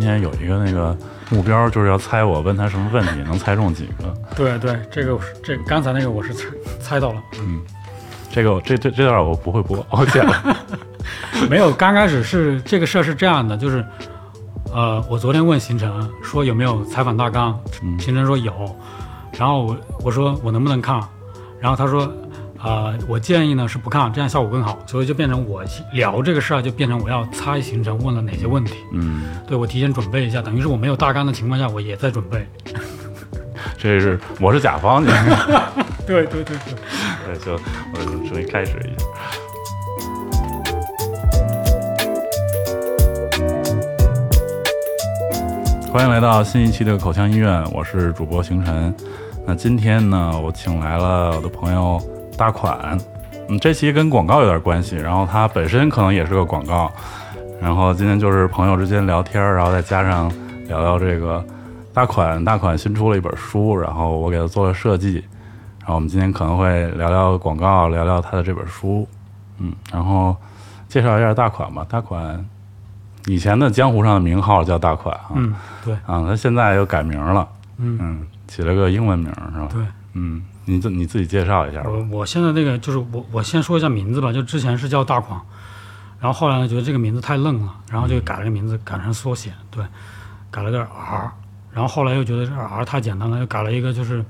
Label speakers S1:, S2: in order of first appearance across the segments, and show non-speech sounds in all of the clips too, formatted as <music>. S1: 前有一个那个目标，就是要猜我问他什么问题，能猜中几个。
S2: 对对，这个我是这刚才那个我是猜猜到了，
S1: 这个我这这这段我不会播，我剪了。
S2: 没有，刚开始是这个事儿是这样的，就是，呃，我昨天问行程说有没有采访大纲，行程说有，然后我我说我能不能看，然后他说，呃，我建议呢是不看，这样效果更好，所以就变成我聊这个事儿就变成我要猜行程问了哪些问题，
S1: 嗯，
S2: 对我提前准备一下，等于是我没有大纲的情况下我也在准备，
S1: <laughs> 这是我是甲方，你 <laughs>
S2: 对对对对，
S1: 对，就我重新开始一下。欢迎来到新一期的口腔医院，我是主播星辰。那今天呢，我请来了我的朋友大款。嗯，这期跟广告有点关系，然后它本身可能也是个广告。然后今天就是朋友之间聊天，然后再加上聊聊这个大款。大款新出了一本书，然后我给他做了设计。然后我们今天可能会聊聊广告，聊聊他的这本书，嗯，然后介绍一下大款吧。大款以前的江湖上的名号叫大款啊，
S2: 嗯对
S1: 啊，他现在又改名了，
S2: 嗯。
S1: 嗯，起了个英文名是吧？
S2: 对，
S1: 嗯，你自你自己介绍一下吧。
S2: 我我现在那个就是我我先说一下名字吧，就之前是叫大狂，然后后来呢觉得这个名字太愣了，然后就改了个名字，改成缩写，对，改了个 R，然后后来又觉得这 R 太简单了，又改了一个就是，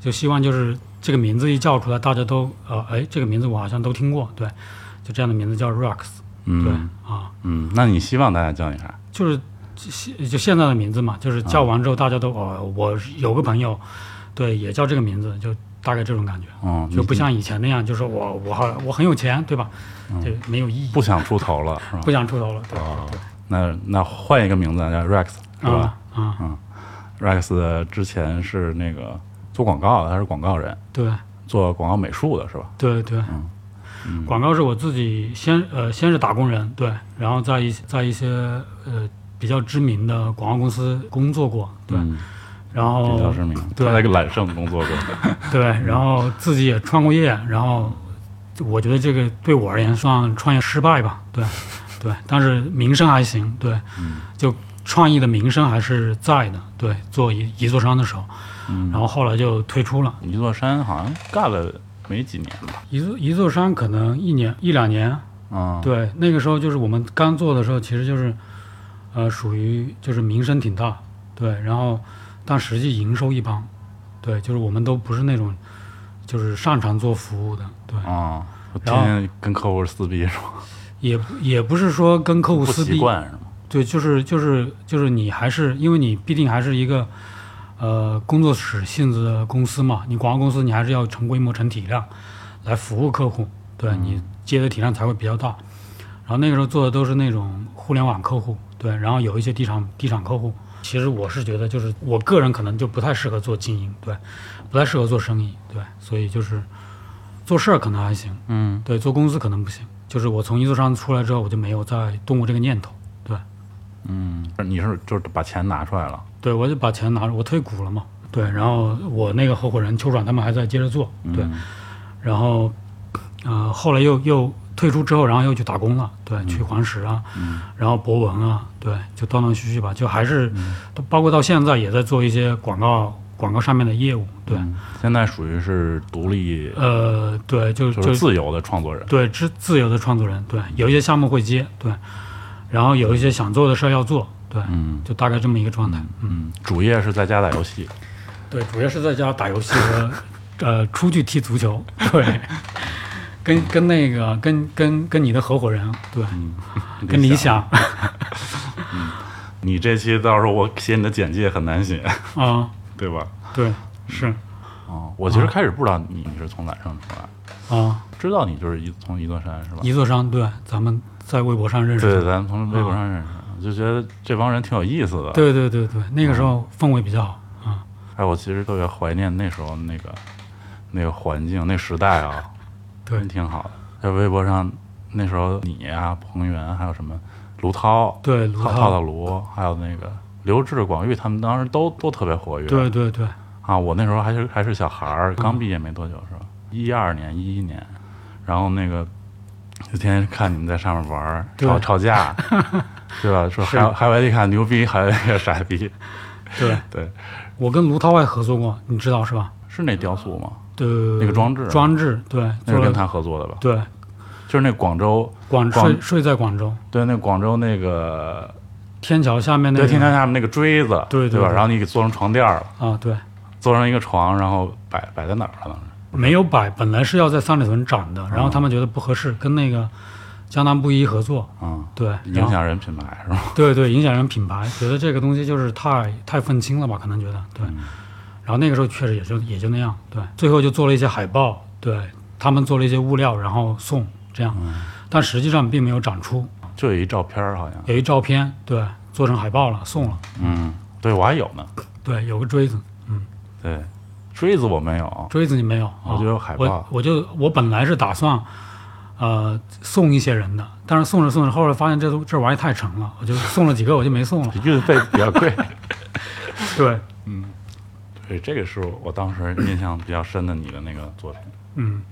S2: 就希望就是这个名字一叫出来，大家都呃哎这个名字我好像都听过，对，就这样的名字叫 Rocks，对
S1: 嗯
S2: 啊，
S1: 嗯，那你希望大家叫你啥？
S2: 就是现就现在的名字嘛，就是叫完之后大家都哦我有个朋友，对也叫这个名字，就大概这种感觉。
S1: 嗯，
S2: 就
S1: 你
S2: 不像以前那样，就是我我好我很有钱，对吧？这没有意义，
S1: 嗯不想出头了是吧？
S2: 不想出头了，对
S1: 哦，那那换一个名字叫 Rex 是吧
S2: 啊啊，
S1: ？Rex 之前是那个做广告的，他是广告人，
S2: 对
S1: 做广告美术的是吧？
S2: 对对。
S1: 嗯
S2: 广告是我自己先呃先是打工人，对，然后在一在一些呃比较知名的广告公司工作过，对，
S1: 嗯
S2: 然后
S1: 比较知名，
S2: 哦对
S1: 他在揽胜工作过。
S2: 对，然后自己也创过业，然后我觉得这个对我而言算创业失败吧，对，对，但是名声还行，对，就创意的名声还是在的，对，做一一座山的时候，然后后来就退出了，
S1: 一座山好像干了没几年吧？
S2: 一座一座山可能一年一两年，
S1: 嗯，
S2: 对，那个时候就是我们刚做的时候，其实就是，呃，属于就是名声挺大，对，然后但实际营收一般，对，就是我们都不是那种就是擅长做服务的，对。
S1: 啊、我天天跟客户撕逼是吧？
S2: 也不也不是说跟客户
S1: 不
S2: 撕
S1: 习
S2: 逼，
S1: 惯是吗？
S2: 对，就是就是就是你还是因为你毕竟还是一个呃工作室性质的公司嘛，你广告公司你还是要成规模成体量来服务客户，对、你
S1: 嗯
S2: 接的体量才会比较大。然后那个时候做的都是那种互联网客户，对，然后有一些地产地产客户。其实我是觉得，就是我个人可能就不太适合做经营，对，不太适合做生意，对，所以就是做事儿可能还行，
S1: 嗯，
S2: 对，做公司可能不行。就是我从一座山出来之后，我就没有再动过这个念头。对，
S1: 你是就是把钱拿出来了？
S2: 对我就把钱拿着，我退股了嘛。对，然后我那个合伙人邱爽他们还在接着做。
S1: 嗯
S2: 对，然后呃，后来又又退出之后，然后又去打工了。对，
S1: 嗯
S2: 去黄石啊，然后博文啊，对，就断断续续吧，就还是、
S1: 嗯
S2: 都包括到现在也在做一些广告广告上面的业务。对，
S1: 嗯现在属于是独立，
S2: 呃，对，就
S1: 就
S2: 就是
S1: 自由的创作人。
S2: 对，自自由的创作人，对，有一些项目会接，对，然后有一些想做的事儿要做，对，
S1: 嗯
S2: 就大概这么一个状态。
S1: 嗯，主业是在家打游戏，
S2: 对，主要是在家打游戏 <laughs> 和呃出去踢足球，对，跟跟那个跟跟跟你的合伙人，对，
S1: 嗯
S2: 跟理想啊、
S1: 你这期到时候我写你的简介很难写， <laughs> 对吧？
S2: 啊对，是啊、
S1: 哦，我其实开始不知道你是从哪上出来，知道你就是一从一座山是吧？
S2: 啊一座山，对，咱们在微博上认识
S1: 对，
S2: 的，
S1: 咱从微博上认识，就觉得这帮人挺有意思的。
S2: 嗯对对对对，那个时候氛围比较好啊、
S1: 哎，我其实特别怀念那时候那个那个环境、那时代啊，
S2: 对
S1: 真挺好的。在微博上，那时候你啊、彭源，还有什么卢涛，
S2: 对，卢
S1: 浩
S2: 涛，
S1: 的卢，还有那个刘志、广玉，他们当时都都特别活跃。
S2: 对嗯对对，
S1: 啊，我那时候还是还是小孩儿，刚毕业没多久是吧？一二年、一一年，然后那个就天天看你们在上面玩儿
S2: 对
S1: 吵吵
S2: <laughs>
S1: 架，对吧？说
S2: 是
S1: 海海外利卡牛逼，海外利卡傻逼，
S2: 对，
S1: 对，
S2: 我跟卢涛外合作过，你知道是吧？
S1: 是那雕塑吗？
S2: 对，
S1: 那个装置
S2: 装置对，
S1: 那
S2: 做
S1: 是
S2: 了
S1: 跟他合作的吧？
S2: 对
S1: 就是那广州，
S2: 广
S1: 广
S2: 睡睡在广州
S1: 对，那广州那个
S2: 天桥下面那
S1: 对
S2: 个
S1: 天桥下面那个锥子，
S2: 对对
S1: 对吧？
S2: 对
S1: 然后你给做成床垫儿了，
S2: 啊，对，
S1: 做成一个床，然后摆摆在哪儿了？
S2: 没有摆，本来是要在三里屯展的，然后他们觉得不合适，跟那个江南布衣合作，
S1: 嗯，
S2: 对，然
S1: 影
S2: 后
S1: 响人品牌是吧？
S2: 对对，影响人品牌，觉得这个东西就是太太愤青了吧，可能觉得
S1: 嗯
S2: 对。然后那个时候确实也就也就那样，对。最后就做了一些海报，对他们做了一些物料，然后送这样，
S1: 嗯
S2: 但实际上并没有展出，
S1: <laughs> 就有一照片儿好像，
S2: 有一照片，对，做成海报了，送了，
S1: 嗯，对我还有呢，
S2: 对，有个锥子，
S1: 对，锥子我没有，
S2: 锥子你没有，啊
S1: 我就有海
S2: 哦我
S1: 报，
S2: 我就我本来是打算，呃，送一些人的，但是送着送着，后来发现这都这玩意儿太沉了，我就送了几个，我就没
S1: <laughs>
S2: 送了。
S1: 运费比较贵。
S2: 对，
S1: 对，这个是我当时印象比较深的你的那个作品。
S2: 嗯，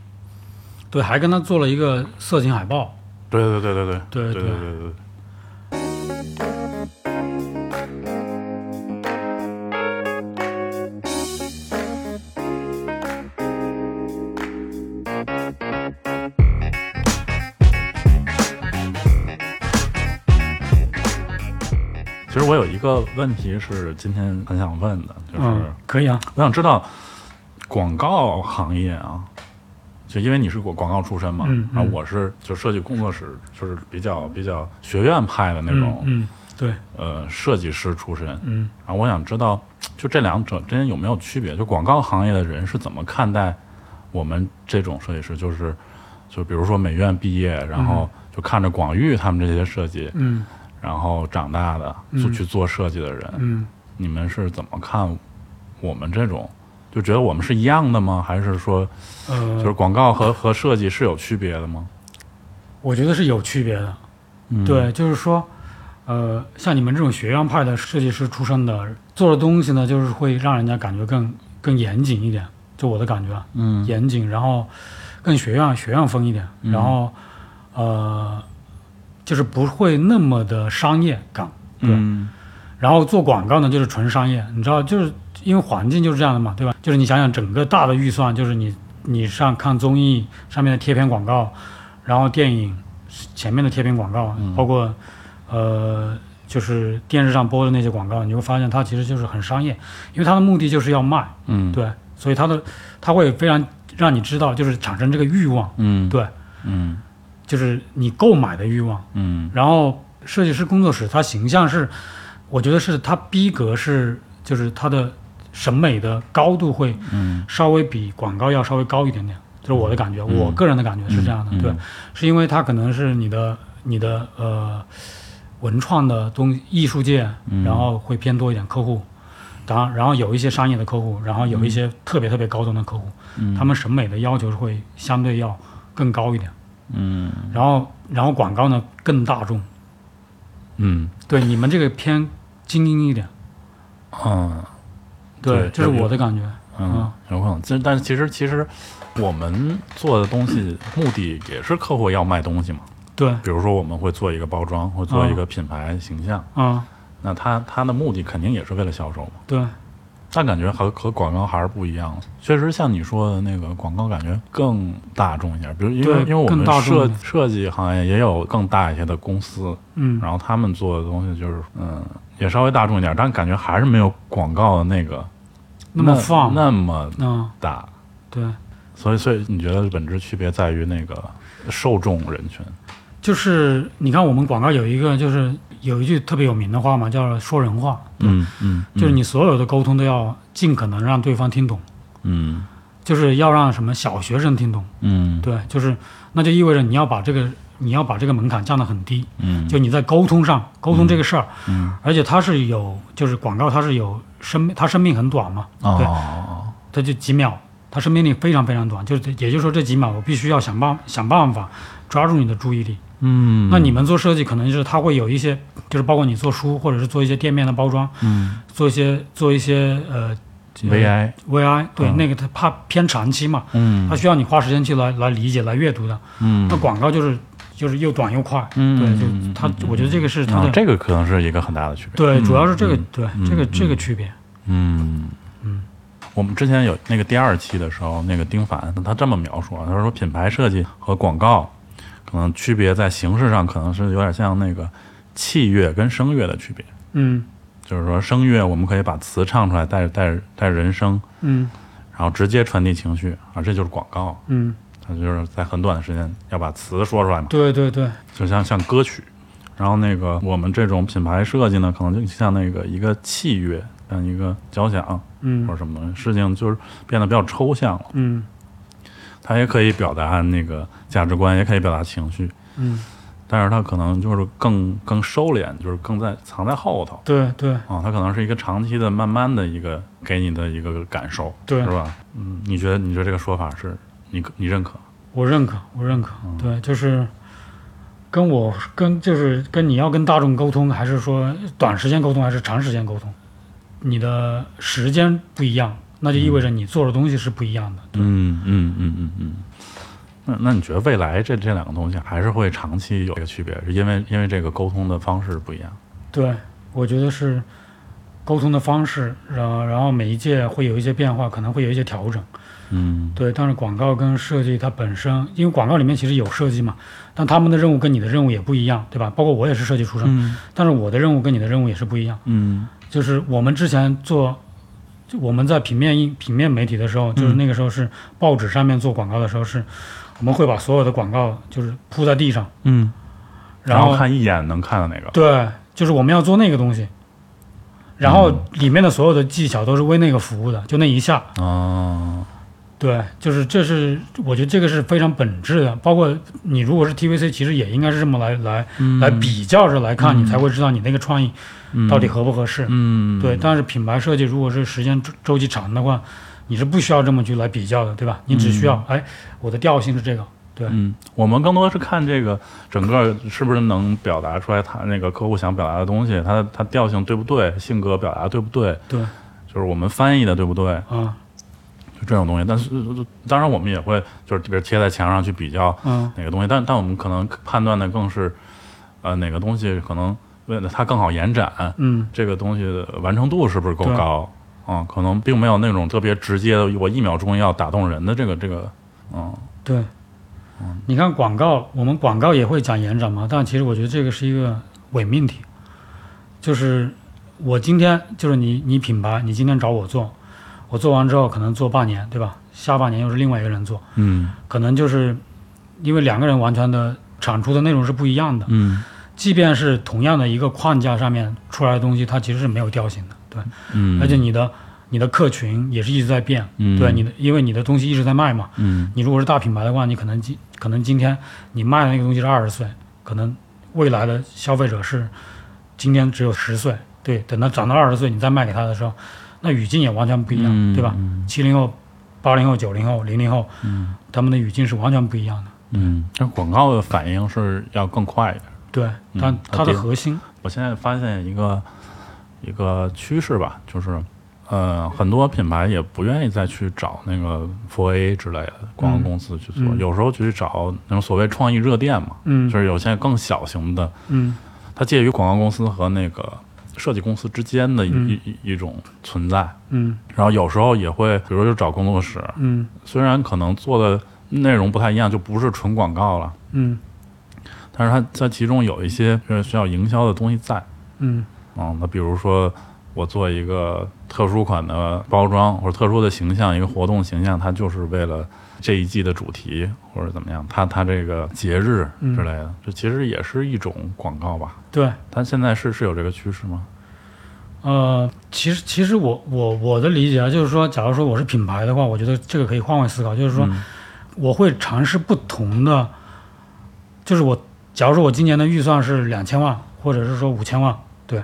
S2: 对，还跟他做了一个色情海报。
S1: 对对对对对
S2: 对
S1: 对
S2: 对
S1: 对对。其实我有一个问题是今天很想问的，就是、
S2: 嗯，可以啊。
S1: 我想知道广告行业啊，就因为你是广广告出身嘛，
S2: 嗯嗯
S1: 然后我是就设计工作室，就是比较比较学院派的那种、
S2: 嗯，嗯对，
S1: 呃设计师出身。
S2: 嗯
S1: 然后我想知道，就这两者之间有没有区别？就广告行业的人是怎么看待我们这种设计师？就是就比如说美院毕业，然后就看着广域他们这些设计，
S2: 嗯
S1: 然后长大的就去做设计的人，
S2: 嗯，
S1: 你们是怎么看我们这种？就觉得我们是一样的吗？还是说，就
S2: 呃，
S1: 是广告和和设计是有区别的吗？
S2: 我觉得是有区别的。
S1: 嗯，
S2: 对，就是说，呃，像你们这种学院派的设计师出身的，做的东西呢，就是会让人家感觉更更严谨一点，就我的感觉啊。
S1: 嗯
S2: 严谨，然后更学院学院风一点，
S1: 嗯
S2: 然后、呃，就是不会那么的商业感。
S1: 嗯
S2: 然后做广告呢，就是纯商业，你知道，就是因为环境就是这样的嘛，对吧？就是你想想整个大的预算，就是你你上看综艺上面的贴片广告，然后电影前面的贴片广告，
S1: 嗯
S2: 包括呃。就是电视上播的那些广告，你会发现它其实就是很商业，因为它的目的就是要卖，
S1: 嗯，
S2: 对，所以它的它会非常让你知道，就是产生这个欲望，
S1: 嗯
S2: 对，
S1: 嗯
S2: 就是你购买的欲望。
S1: 嗯
S2: 然后设计师工作室，它形象是，我觉得是它逼格是，就是它的审美的高度会
S1: 嗯
S2: 稍微比广告要稍微高一点点，就是我的感觉，我个人的感觉是这样的，
S1: 嗯嗯
S2: 对，是因为它可能是你的你的呃文创的东艺术界，
S1: 嗯
S2: 然后会偏多一点客户，当然然后有一些商业的客户，然后有一些特别特别高端的客户，
S1: 嗯
S2: 他们审美的要求会相对要更高一点，
S1: 嗯
S2: 然后然后广告呢更大众，
S1: 嗯
S2: 对你们这个偏精英一点，
S1: 嗯对
S2: 这是
S1: 有
S2: 我的感觉，
S1: 嗯，有可能。但但是其实其实我们做的东西目的也是客户要卖东西嘛。
S2: 对，
S1: 比如说我们会做一个包装，会做一个品牌形象，
S2: 嗯，
S1: 那他他的目的肯定也是为了销售嘛。
S2: 对，
S1: 但感觉和和广告还是不一样的，确实像你说的那个广告，感觉更大众一点。比如因为
S2: 对
S1: 因为我
S2: 更
S1: 们
S2: 大众
S1: 设
S2: 一点
S1: 设计行业也有更大一些的公司，
S2: 嗯，
S1: 然后他们做的东西就是嗯也稍微大众一点，但感觉还是没有广告的那个
S2: 那么放，
S1: 那么
S2: 嗯，
S1: 大。
S2: 对。
S1: 所以所以你觉得本质区别在于那个受众人群？
S2: 就是你看，我们广告有一个，就是有一句特别有名的话嘛，叫“说人话
S1: 嗯嗯”，
S2: 就是你所有的沟通都要尽可能让对方听懂，
S1: 嗯
S2: 就是要让什么小学生听懂。
S1: 嗯
S2: 对，就是那就意味着你要把这个你要把这个门槛降得很低，
S1: 嗯
S2: 就你在沟通上沟通这个事儿，
S1: 嗯
S2: 而且它是有就是广告它是有生命，它生命很短嘛，
S1: 哦
S2: 它就几秒，它生命力非常非常短，就是也就是说这几秒我必须要想办想办法抓住你的注意力。
S1: 嗯
S2: 那你们做设计，可能就是它会有一些，就是包括你做书，或者是做一些店面的包装，
S1: 嗯
S2: 做一些做一些呃
S1: VI
S2: VI，对，
S1: 嗯
S2: 那个它怕偏长期嘛，
S1: 嗯
S2: 啊它需要你花时间去来来理解、来阅读的。
S1: 嗯
S2: 那广告就是就是又短又快。
S1: 嗯
S2: 对，就
S1: 嗯嗯
S2: 它
S1: 嗯，嗯
S2: 我觉得这个是它
S1: 啊
S2: 的
S1: 这个可能是一个很大的区别。
S2: 对，主要是这个
S1: 嗯
S2: 对
S1: 嗯
S2: 这个这个
S1: 嗯
S2: 区别。
S1: 嗯，我们之前有那个第二期的时候，那个丁凡他这么描述啊，他说品牌设计和广告可能区别在形式上，可能是有点像那个器乐跟声乐的区别，
S2: 嗯
S1: 就是说声乐我们可以把词唱出来，带着带着带着人声，
S2: 嗯
S1: 然后直接传递情绪，啊，这就是广告，
S2: 嗯，
S1: 它就是在很短的时间要把词说出来嘛，
S2: 对对对，
S1: 就像像歌曲。然后那个我们这种品牌设计呢，可能就像那个一个器乐，像一个交响，啊或
S2: 嗯
S1: 者什么东西，事情就是变得比较抽象了。
S2: 嗯
S1: 它也可以表达那个价值观，也可以表达情绪，
S2: 嗯，
S1: 但是它可能就是更更收敛，就是更在藏在后头
S2: 对对
S1: 啊。它可能是一个长期的、慢慢的一个给你的一个感受，
S2: 对
S1: 是，吧？嗯，你觉得你觉得这个说法是你可你认可？
S2: 我认可，我认可。对，就是跟我跟就是跟你要跟大众沟通，还是说短时间沟通，还是长时间沟通，你的时间不一样，那就意味着你做的东西是不一样的。
S1: 嗯嗯嗯嗯嗯。那那你觉得未来这这两个东西还是会长期有一个区别，是因为因为这个沟通的方式不一样？
S2: 对，我觉得是沟通的方式，然后然后每一届会有一些变化，可能会有一些调整。
S1: 嗯
S2: 对，但是广告跟设计它本身，因为广告里面其实有设计嘛，但他们的任务跟你的任务也不一样，对吧？包括我也是设计出身，
S1: 嗯
S2: 但是我的任务跟你的任务也是不一样。
S1: 嗯
S2: 就是我们之前做，就我们在平面印平面媒体的时候，
S1: 嗯
S2: 就是那个时候是报纸上面做广告的时候是，我们会把所有的广告就是铺在地上，
S1: 嗯，
S2: 然
S1: 然后看一眼能看到哪个？
S2: 对，就是我们要做那个东西，然后里面的所有的技巧都是为那个服务的，就那一下，
S1: 哦，
S2: 对，就是这是我觉得这个是非常本质的，包括你如果是 TVC，其实也应该是这么来来
S1: 嗯
S2: 来比较着来看，你才会知道你那个创意到底合不合适。
S1: 嗯，
S2: 对，但是品牌设计如果是时间周周期长的话，你是不需要这么去来比较的，对吧？你只需要，哎，我的调性是这个，对，
S1: 嗯，我们更多是看这个整个是不是能表达出来他那个客户想表达的东西，他他调性对不对，性格表达对不对，
S2: 对，
S1: 就是我们翻译的对不对，
S2: 啊，
S1: 就这种东西。但是当然我们也会就是比如贴在墙上去比较
S2: 嗯，
S1: 哪个东西，但但我们可能判断的更是呃哪个东西可能为了它更好延展，
S2: 嗯，
S1: 这个东西的完成度是不是够高啊、可能并没有那种特别直接的，我一秒钟要打动人的这个这个，嗯
S2: 对。你看广告，我们广告也会讲延展嘛，但其实我觉得这个是一个伪命题，就是我今天就是你你品牌，你今天找我做，我做完之后可能做半年，对吧？下半年又是另外一个人做，
S1: 嗯
S2: 可能就是因为两个人完全的产出的内容是不一样的，
S1: 嗯
S2: 即便是同样的一个框架上面出来的东西，它其实是没有调性的，对。
S1: 嗯，
S2: 而且你的你的客群也是一直在变，
S1: 嗯
S2: 对你的，因为你的东西一直在卖嘛。
S1: 嗯
S2: 你如果是大品牌的话，你可能今可能今天你卖的那个东西是二十岁，可能未来的消费者是今天只有十岁，对，等他长到二十岁，你再卖给他的时候，那语境也完全不一样，
S1: 嗯
S2: 对吧？七零后、八零后、九零后、零零后，他们的语境是完全不一样的，
S1: 嗯，这广告的反应是要更快一点。
S2: 对，
S1: 嗯
S2: 但
S1: 它
S2: 它的
S1: 变
S2: 核心，
S1: 我现在发现一个一个趋势吧，就是呃，很多品牌也不愿意再去找那个 f A 之类的广告公司去做，
S2: 嗯
S1: 有时候去找那种所谓创意热店嘛，
S2: 嗯
S1: 就是有些更小型的，
S2: 嗯
S1: 它介于广告公司和那个设计公司之间的一、
S2: 嗯
S1: 一一种存在。
S2: 嗯
S1: 然后有时候也会，比如就找工作室，
S2: 嗯
S1: 虽然可能做的内容不太一样，就不是纯广告了，
S2: 嗯
S1: 但是它在其中有一些是需要营销的东西在。
S2: 嗯
S1: 嗯，那比如说我做一个特殊款的包装或者特殊的形象，一个活动形象，它就是为了这一季的主题或者怎么样，它它这个节日之类
S2: 嗯
S1: 的，这其实也是一种广告吧。
S2: 对。
S1: 它现在是是有这个趋势吗？
S2: 呃，其实其实我我我的理解啊，就是说，假如说我是品牌的话，我觉得这个可以换位思考，就是说，
S1: 嗯
S2: 我会尝试不同的，就是我假如说我今年的预算是两千万，或者是说五千万，对，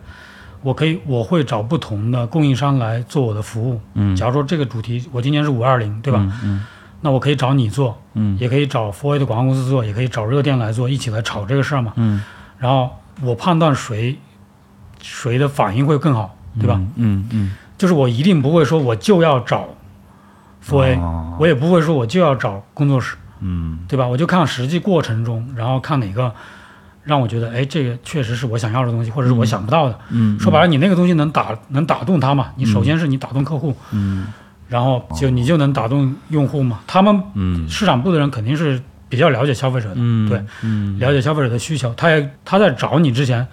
S2: 我可以我会找不同的供应商来做我的服务。
S1: 嗯
S2: 假如说这个主题我今年是五二零，对吧？
S1: 嗯
S2: 那我可以找你做，
S1: 嗯
S2: 也可以找 f o A 的广告公司做，也可以找热电来做，一起来炒这个事儿嘛。
S1: 嗯，
S2: 然后我判断谁谁的反应会更好，对吧？？
S1: 嗯嗯，
S2: 就是我一定不会说我就要找 f o A，、
S1: 哦
S2: 我也不会说我就要找工作室，
S1: 嗯
S2: 对吧？我就看实际过程中，然后看哪个让我觉得，哎，这个确实是我想要的东西，或者是我想不到的。
S1: 嗯，
S2: 说白了，你那个东西能打能打动他嘛？你首先是你打动客户，
S1: 嗯
S2: 然后就你就能打动用户嘛？他们
S1: 嗯
S2: 市场部的人肯定是比较了解消费者的，
S1: 嗯，
S2: 对，
S1: 嗯
S2: 了解消费者的需求。他也他在找你之前，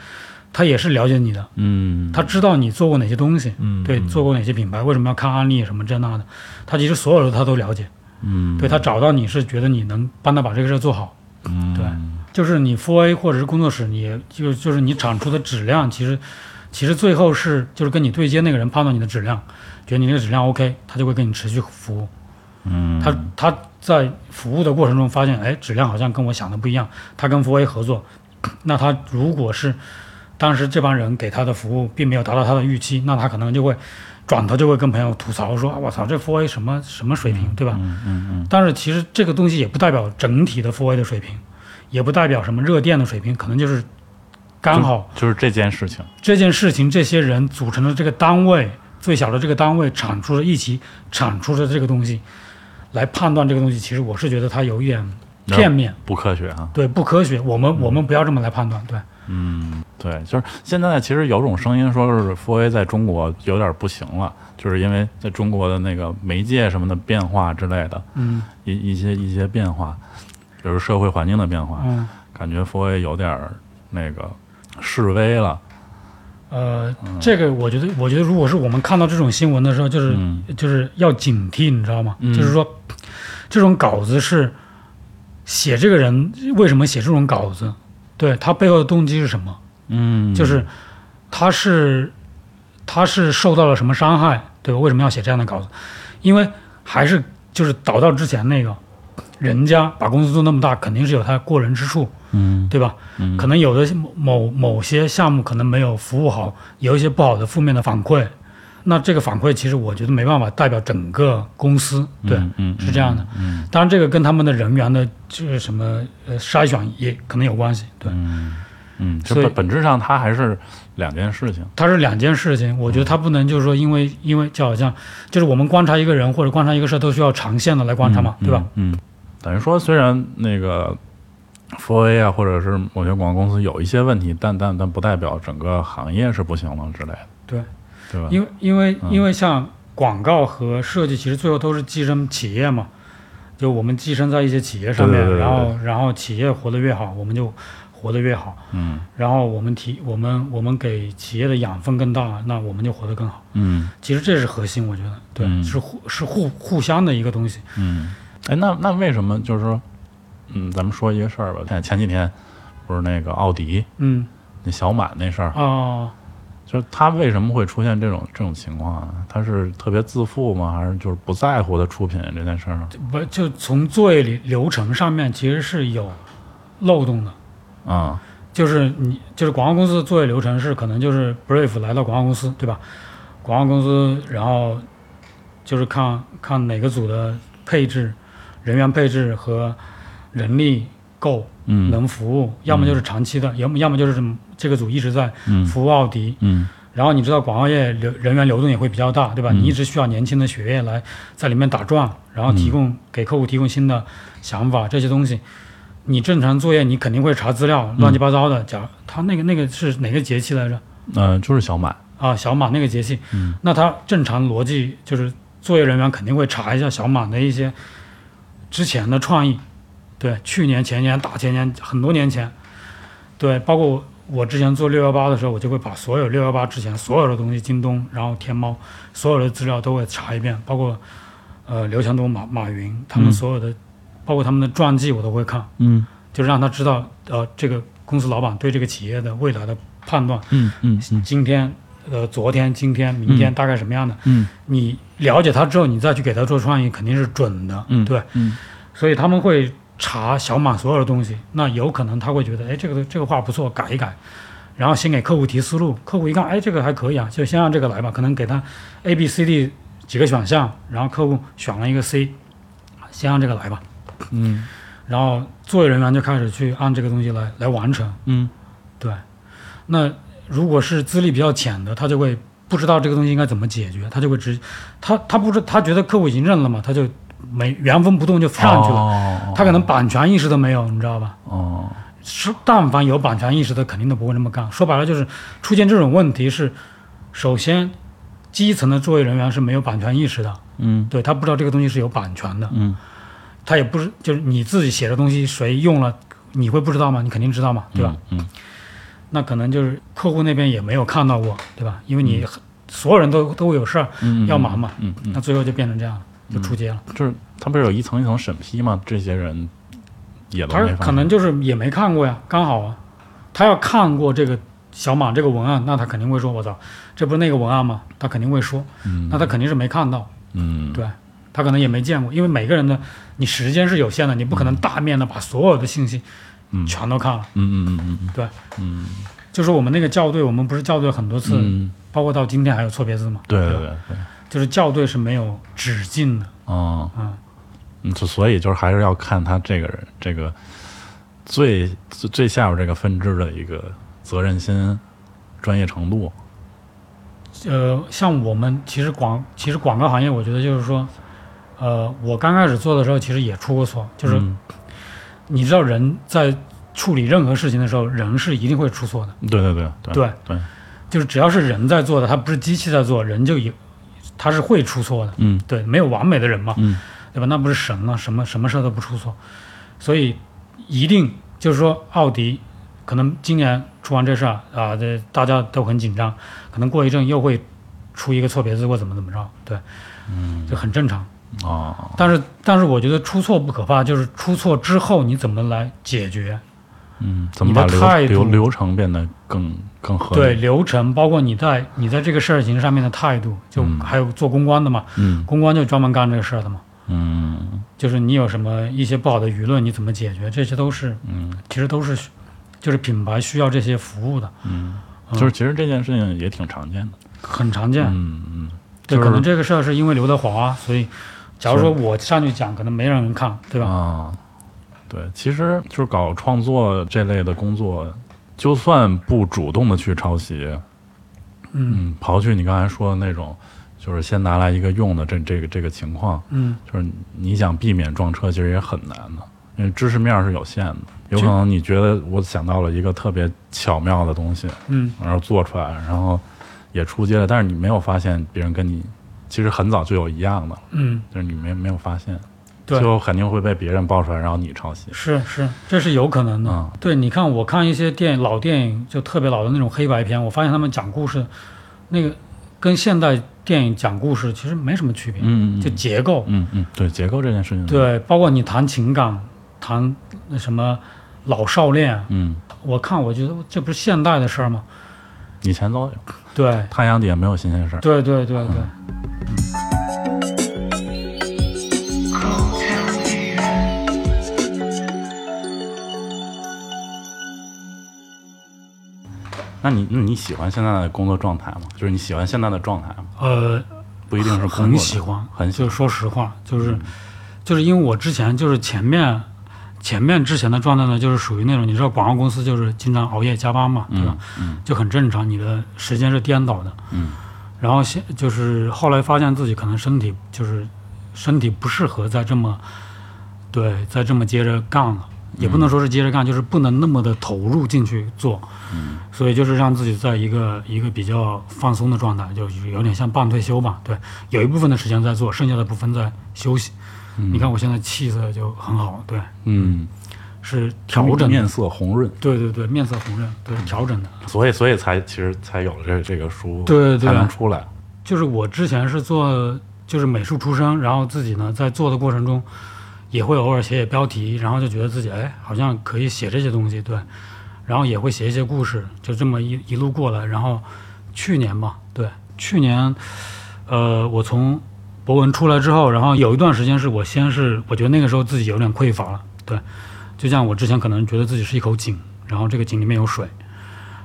S2: 他也是了解你的，
S1: 嗯，
S2: 他知道你做过哪些东西，
S1: 嗯
S2: 对，做过哪些品牌，为什么要看案例什么这那的，他其实所有的他都了解。
S1: 嗯
S2: 对他找到你是觉得你能帮他把这个事儿做好。
S1: 嗯
S2: 对就是你 f o A 或者是工作室，你就就是你产出的质量，其实其实最后是就是跟你对接那个人判断你的质量，觉得你这个质量 OK，他就会跟你持续服务。
S1: 嗯
S2: 他他在服务的过程中发现，哎，质量好像跟我想的不一样。他跟 f o A 合作，那他如果是当时这帮人给他的服务并没有达到他的预期，那他可能就会转头就会跟朋友吐槽说，啊我操，这 f o A 什么什么水平，对吧？
S1: 嗯嗯
S2: 但是其实这个东西也不代表整体的 f o a 的水平，也不代表什么热电的水平，可能就是刚好
S1: 嗯，就是这件事情，
S2: 这件事情，这些人组成的这个单位，最小的这个单位产出的一起产出的这个东西，来判断这个东西，其实我是觉得它有一点片面，
S1: 不科学啊。
S2: 对，不科学。我们我们不要这么来判断，对，
S1: 嗯，对，就是现在其实有种声音说是 f o A 在中国有点不行了，就是因为在中国的那个媒介什么的变化之类的，
S2: 嗯
S1: 一一些一些变化，比如社会环境的变化，
S2: 嗯
S1: 感觉 f o A 有点儿那个示威了。
S2: 呃，这个我觉得，我觉得如果是我们看到这种新闻的时候，就是、
S1: 嗯
S2: 就是要警惕，你知道吗？
S1: 嗯
S2: 就是说，这种稿子是写这个人为什么写这种稿子，对他背后的动机是什么？
S1: 嗯，
S2: 就是他是他是受到了什么伤害，对吧？为什么要写这样的稿子？因为还是就是导到之前那个，人家把公司做那么大，肯定是有他过人之处，
S1: 嗯
S2: 对吧？
S1: 嗯
S2: 可能有的某某某些项目可能没有服务好，有一些不好的负面的反馈。那这个反馈其实我觉得没办法代表整个公司，对，
S1: 嗯嗯
S2: 是这样的。
S1: 嗯
S2: 当然这个跟他们的人员的这个什么呃筛选也可能有关系，对，
S1: 嗯嗯，就
S2: 所以
S1: 本本质上它还是两件事情。
S2: 它是两件事情。我觉得它不能就是说因为因为就好像就是我们观察一个人或者观察一个事儿都需要长线的来观察嘛，
S1: 嗯
S2: 对吧？？
S1: 嗯，嗯等于说虽然那个 f A 啊，或者是某些广告公司有一些问题，但但但不代表整个行业是不行了之类的，
S2: 对，
S1: 对吧？
S2: 因为因为
S1: 嗯
S2: 因为像广告和设计，其实最后都是寄生企业嘛，就我们寄生在一些企业上面，
S1: 对对对对
S2: 然后然后企业活得越好，我们就活得越好，
S1: 嗯
S2: 然后我们提我们我们给企业的养分更大，那我们就活得更好。
S1: 嗯
S2: 其实这是核心，我觉得对，
S1: 嗯
S2: 是互是互互相的一个东西。
S1: 嗯，哎，那那为什么就是说，嗯，咱们说一个事儿吧。前前几天不是那个奥迪
S2: 嗯
S1: 那小满那事儿
S2: 啊、，
S1: 就是他为什么会出现这种这种情况啊？他是特别自负吗？还是就是不在乎他出品这件事儿啊？
S2: 不就从作业流流程上面其实是有漏洞的。
S1: 啊，
S2: 就是你就是广告公司的作业流程是可能就是 brief 来到广告公司，对吧？广告公司然后就是看看哪个组的配置、人员配置和人力够
S1: 嗯
S2: 能服务，要么就是长期的，要么要么就是这个组一直在
S1: 嗯
S2: 服务奥迪。
S1: 嗯
S2: 然后你知道广告业流人员流动也会比较大，对吧？你一直需要年轻的血液来在里面打转，然后提供、给客户提供新的想法这些东西。你正常作业你肯定会查资料，乱七八糟的。假他那个那个是哪个节气来着？
S1: 呃，就是小满，
S2: 啊，小马那个节气。
S1: 嗯
S2: 那他正常逻辑就是作业人员肯定会查一下小马的一些之前的创意，对，去年、前年、大前年、很多年前，对，包括我我之前做六幺八的时候，我就会把所有六幺八之前所有的东西，京东，然后天猫，所有的资料都会查一遍，包括呃刘强东、马马云他们
S1: 嗯
S2: 所有的，包括他们的传记我都会看，
S1: 嗯
S2: 就让他知道呃这个公司老板对这个企业的未来的判断。
S1: 嗯嗯
S2: 今天、呃，昨天、今天、明天大概什么样的？
S1: 嗯
S2: 你了解他之后，你再去给他做创意，肯定是准的，
S1: 嗯
S2: 对。
S1: 嗯
S2: 所以他们会查小马所有的东西，那有可能他会觉得，哎，这个这个画不错，改一改，然后先给客户提思路，客户一看，哎，这个还可以啊，就先按这个来吧。可能给他 A、B、C、D 几个选项，然后客户选了一个 C，先按这个来吧。
S1: 嗯
S2: 然后作业人员就开始去按这个东西来来完成，
S1: 嗯
S2: 对，那如果是资历比较浅的，他就会不知道这个东西应该怎么解决，他就会直，他他不知他觉得客户已经认了嘛，他就没原封不动就上去了，
S1: 哦
S2: 他可能版权意识都没有，你知道吧？
S1: 哦，
S2: 是，但凡有版权意识的，肯定都不会那么干。说白了就是，出现这种问题是，首先基层的作业人员是没有版权意识的，
S1: 嗯
S2: 对他不知道这个东西是有版权的，
S1: 嗯
S2: 他也不是就是你自己写的东西谁用了，你会不知道吗？你肯定知道嘛，对吧？
S1: 嗯
S2: 那可能就是客户那边也没有看到过，对吧？因为你、所有人都都有事儿
S1: 嗯，
S2: 要忙嘛，
S1: 嗯嗯，
S2: 那最后就变成这样了，就出街了。
S1: 就是他不是有一层一层审批吗？这些人也都
S2: 他
S1: 没发
S2: 可能就是也没看过呀，刚好啊，他要看过这个小马这个文案，那他肯定会说：“我操，这不是那个文案吗？”他肯定会说，
S1: 嗯
S2: 那他肯定是没看到，
S1: 嗯
S2: 对他可能也没见过，因为每个人的你时间是有限的，你不可能大面的把所有的信息
S1: 嗯
S2: 全都看了。
S1: 嗯嗯嗯嗯
S2: 对，
S1: 嗯
S2: 就是我们那个校对，我们不是校对很多次，
S1: 嗯，
S2: 包括到今天还有错别字嘛，
S1: 对对对对，
S2: 就是校对是没有止境的。
S1: 哦
S2: 啊
S1: 嗯，所所以就是还是要看他这个人这个最最最下边这个分支的一个责任心、专业程度。
S2: 呃，像我们其实广其实广告行业，我觉得就是说，呃，我刚开始做的时候其实也出过错，就是
S1: 嗯
S2: 你知道人在处理任何事情的时候，人是一定会出错的。
S1: 对对对对
S2: 对
S1: 对，
S2: 就是只要是人在做的，它不是机器在做，人就有，它是会出错的。
S1: 嗯
S2: 对，没有完美的人嘛，
S1: 嗯
S2: 对吧？那不是神吗？什么什么事儿都不出错，所以一定就是说，奥迪可能今年出完这事儿啊，这大家都很紧张，可能过一阵又会出一个错别字或怎么怎么着，对，嗯，就很正常。
S1: 哦
S2: 但是但是我觉得出错不可怕，就是出错之后你怎么来解决？
S1: 嗯，怎么
S2: 你的
S1: 把流
S2: 态
S1: 流
S2: 度
S1: 流程变得更更合理？
S2: 对，流程，包括你在你在这个事情上面的态度，就
S1: 嗯
S2: 还有做公关的嘛，
S1: 嗯
S2: 公关就专门干这个事儿的嘛。
S1: 嗯
S2: 就是你有什么一些不好的舆论，你怎么解决？这些都是，
S1: 嗯，
S2: 其实都是需，就是品牌需要这些服务的，
S1: 嗯，就是其实这件事情也挺常见的。
S2: 很常见。
S1: 嗯嗯，
S2: 对，
S1: 就是
S2: 可能这个事儿是因为刘德华，所以，假如说我上去讲，可能没让人看，对吧？
S1: 啊，对，其实就是搞创作这类的工作，就算不主动的去抄袭，
S2: 嗯
S1: 嗯，刨去你刚才说的那种，就是先拿来一个用的这这个这个情况，
S2: 嗯，
S1: 就是你想避免撞车，其实也很难的，因为知识面是有限的。有可
S2: 这
S1: 能你觉得我想到了一个特别巧妙的东西，
S2: 嗯，
S1: 然后做出来，然后也出街了，但是你没有发现别人跟你其实很早就有一样的了，
S2: 嗯，
S1: 就是你没没有发现，
S2: 对
S1: 最后肯定会被别人爆出来，然后你抄袭。
S2: 是是，这是有可能的。
S1: 嗯
S2: 对，你看，我看一些电影老电影，就特别老的那种黑白片，我发现他们讲故事，那个跟现代电影讲故事其实没什么区别，
S1: 嗯
S2: 就结构，
S1: 嗯嗯，对结构这件事情，，
S2: 对，包括你谈情感，谈那什么老少恋，
S1: 嗯，
S2: 我看我觉得这不是现代的事儿吗？
S1: 以前都有，
S2: 对，
S1: 太阳底下没有新鲜事儿。
S2: 对对对对，
S1: 那你那你喜欢现在的工作状态吗？就是你喜欢现在的状态吗？
S2: 呃，
S1: 不一定是工
S2: 很
S1: 作
S2: 喜
S1: 的，
S2: 欢，
S1: 很喜
S2: 就说实话，就是就是因为我之前就是前面前面之前的状态呢，就是属于那种你知道广告公司就是经常熬夜加班嘛，对吧？
S1: 嗯
S2: 就很正常，你的时间是颠倒的。
S1: 嗯
S2: 然后现就是后来发现自己可能身体就是身体不适合再这么对再这么接着干了，也不能说是接着干，就是不能那么的投入进去做，
S1: 嗯
S2: 所以就是让自己在一个一个比较放松的状态，就是有点像半退休吧。对，有一部分的时间在做，剩下的部分在休息。
S1: 嗯
S2: 你看我现在气色就很好，对，
S1: 嗯，
S2: 是调整的，
S1: 面色红润，嗯
S2: 对对对，面色红润，对，调整的。
S1: 所以所以才其实才有了这这个书，
S2: 对对对
S1: 才能出来。
S2: 就是我之前是做就是美术出身，然后自己呢在做的过程中，也会偶尔写写标题，然后就觉得自己哎好像可以写这些东西，对，然后也会写一些故事，就这么一一路过来。然后去年吧，对，去年，呃，我从博文出来之后，然后有一段时间是我先是我觉得那个时候自己有点匮乏了，对，就像我之前可能觉得自己是一口井，然后这个井里面有水，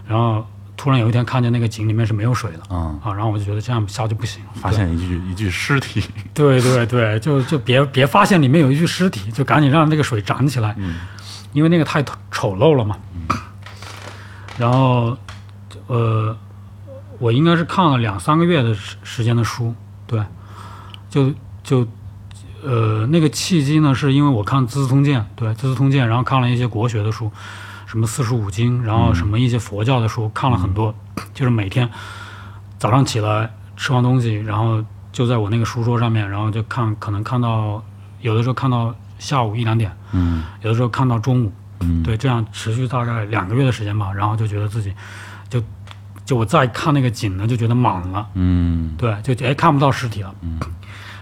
S2: 然后突然有一天看见那个井里面是没有水的。
S1: 嗯，
S2: 啊，然后我就觉得这样下就不行，
S1: 发现一具一具尸体。
S2: 对对对，就就别别发现里面有一具尸体，就赶紧让那个水涨起来，
S1: 嗯
S2: 因为那个太丑丑陋了嘛。 <clears throat> 然后，呃，我应该是看了两三个月的时时间的书，对，就就呃，那个契机呢，是因为我看《资治通鉴》，对《资治通鉴》，然后看了一些国学的书，什么四书五经，然后什么一些佛教的书，看了很多，就是每天早上起来吃完东西，然后就在我那个书桌上面，然后就看，可能看到有的时候看到下午一两点，
S1: 嗯
S2: 有的时候看到中午，
S1: 嗯，
S2: 对，这样持续大概两个月的时间吧，然后就觉得自己就就我再看那个景呢，就觉得满了。
S1: <laughs> 嗯，
S2: 对，就哎看不到尸体了。嗯。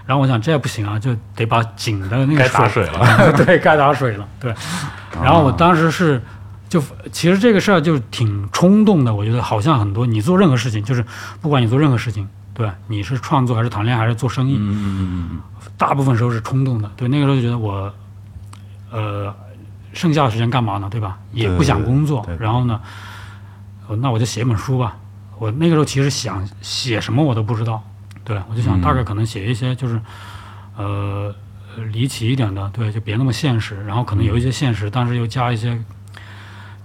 S2: 然后我想这也不行啊，就得把井的那个
S1: 该打水了。
S2: 了， <laughs> 对，该打水了，对。然后我当时是就其实这个事儿就挺冲动的，我觉得好像很多你做任何事情，就是不管你做任何事情，对，你是创作还是谈恋爱还是做生意，
S1: 嗯嗯嗯
S2: 大部分时候是冲动的。对，那个时候就觉得我，呃，剩下的时间干嘛呢？对吧？也不想工作
S1: 对对，对
S2: 然后呢，呃那我就写一本书吧。我那个时候其实想写什么我都不知道，对我就
S1: 嗯
S2: 想大概可能写一些就是，呃，呃离奇一点的，对，就别那么现实，然后可能有一些现实，但是又加一些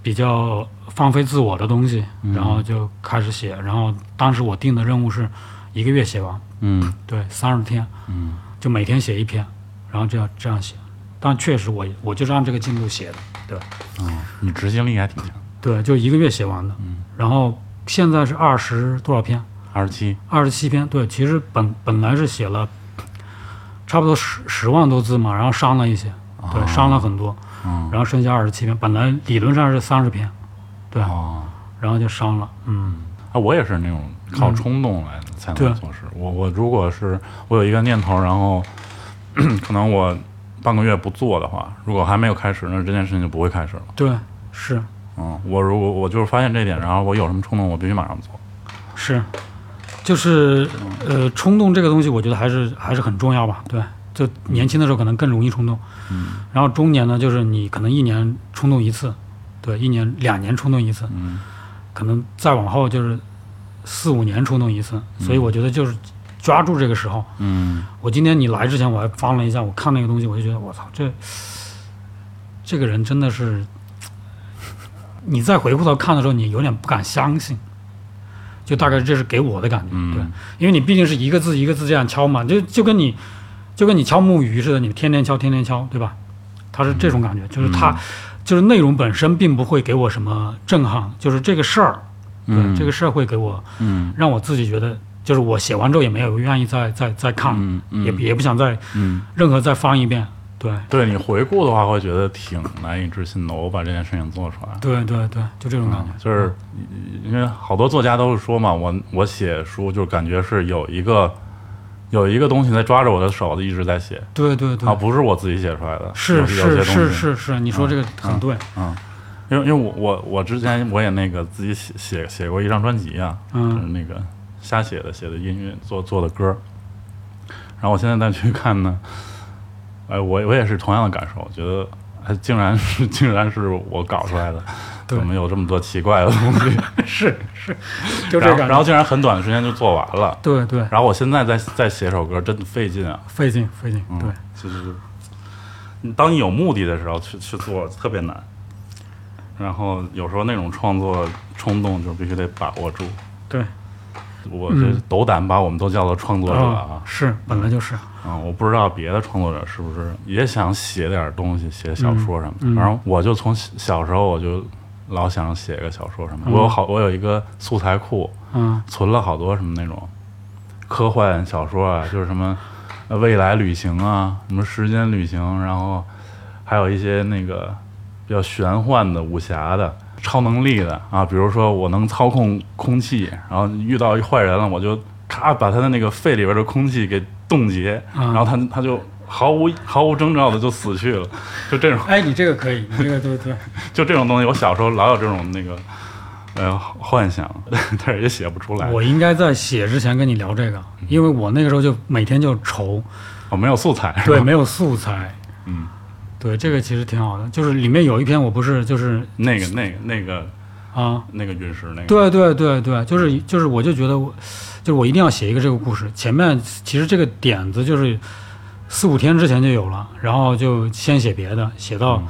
S2: 比较放飞自我的东西，
S1: 嗯
S2: 然后就开始写。然后当时我定的任务是一个月写完，
S1: 嗯
S2: 对，三十天，
S1: 嗯
S2: 就每天写一篇，然后这样这样写。但确实我我就是按这个进度写的，对
S1: 嗯，你执行力还挺强，
S2: 对，就一个月写完的。
S1: 嗯
S2: 然后现在是二十多少篇？
S1: 二十七，
S2: 二十七篇。对，其实本本来是写了差不多十十万多字嘛，然后删了一些，对，删了很多，
S1: 哦嗯
S2: 然后剩下二十七篇。本来理论上是三十篇，对，
S1: 哦。
S2: 然后就删了。嗯
S1: 啊，我也是那种靠冲动来的才
S2: 对
S1: 能做事。我我如果是我有一个念头，然后可能我半个月不做的话，如果还没有开始，那这件事情就不会开始了。
S2: 对，是
S1: 嗯，我如果我就是发现这一点，然后我有什么冲动，我必须马上做。
S2: 是，就是呃，冲动这个东西，我觉得还是还是很重要吧。对，就年轻的时候可能更容易冲动，
S1: 嗯
S2: 然后中年呢，就是你可能一年冲动一次，对，一年两年冲动一次，
S1: 嗯
S2: 可能再往后就是四五年冲动一次。所以我觉得就是抓住这个时候。
S1: 嗯
S2: 我今天你来之前，我还翻了一下，我看那个东西，我就觉得我操，这这个人真的是，你再回过头看的时候，你有点不敢相信。就大概这是给我的感觉，
S1: 嗯
S2: 对，因为你毕竟是一个字一个字这样敲嘛，就就跟你就跟你敲木鱼似的，你天天敲天天敲，对吧？它是这种感觉，就是
S1: 嗯
S2: 它、就是内容本身并不会给我什么震撼，就是这个事儿，对、
S1: 嗯
S2: 这个事儿会给我
S1: 嗯
S2: 让我自己觉得，就是我写完之后也没有愿意再再再看，
S1: 嗯嗯
S2: 也不也不想再
S1: 嗯，
S2: 任何再翻一遍。对，
S1: 对你回顾的话，会觉得挺难以置信的。我把这件事情做出来。
S2: 对对对，就这种感觉。
S1: 啊就是因为好多作家都是说嘛，我我写书就是感觉是有一个有一个东西在抓着我的手，一直在写
S2: 嗯对对对，
S1: 啊，不是我自己写出来的，有
S2: 是
S1: 有
S2: 是
S1: 些东
S2: 是
S1: 西，
S2: 是是，你说这个很对。
S1: 嗯，因为因为我我我之前我也那个自己写写写过一张专辑啊，就
S2: 嗯
S1: 是那个瞎写的写的音乐做做的歌儿，然后我现在再去看呢，哎，我我也是同样的感受，觉得哎，竟然是竟然是我搞出来的，
S2: 对
S1: 怎么有这么多奇怪的东西？
S2: <laughs> 是是，就这
S1: 然
S2: 个
S1: 后
S2: 感
S1: 然后
S2: 觉。
S1: 竟然很短的时间就做完了。
S2: 对对，
S1: 然后我现在再再写首歌，真的费劲啊！
S2: 费劲费劲。
S1: 嗯
S2: 对，，
S1: 就是你当你有目的的时候去去做，特别难。然后有时候那种创作冲动就必须得把握住。
S2: 对，
S1: 我这
S2: 嗯
S1: 斗胆把我们都叫做创作者
S2: 啊
S1: 啊！
S2: 是本来就是。
S1: 啊，我不知道别的创作者是不是也想写点东西，写小说什么的。
S2: 嗯嗯
S1: 反正我就从小小时候我就老想写个小说什么的。我有好，我有一个素材库，
S2: 嗯
S1: 存了好多什么那种科幻小说啊，就是什么呃未来旅行啊，什么时间旅行，然后还有一些那个比较玄幻的、武侠的、超能力的啊，比如说我能操控空气，然后遇到一坏人了，我就咔把他的那个肺里边的空气给冻结，
S2: 啊
S1: 然后他他就。毫无毫无征兆的就死去了，就这种
S2: <laughs> 哎，你这个可以，你这个对对，
S1: 就这种东西，我小时候老有这种那个呃幻想， <laughs> 但是也 <laughs> 写不出来。嗯
S2: 我应该在写之前跟你聊这个，因为我那个时候就每天就愁，
S1: 我没有素材，是吧
S2: 对，没有素材，
S1: 嗯，
S2: 对，这个其实挺好的，就是里面有一篇我不是就是
S1: 那个、那个、那个、
S2: 啊，
S1: 那个陨石，那个，
S2: 对对对对，就是就是我就觉得我，就是我一定要写一个这个故事，前面其实这个点子就是四五天之前就有了，然后就先写别的，写到、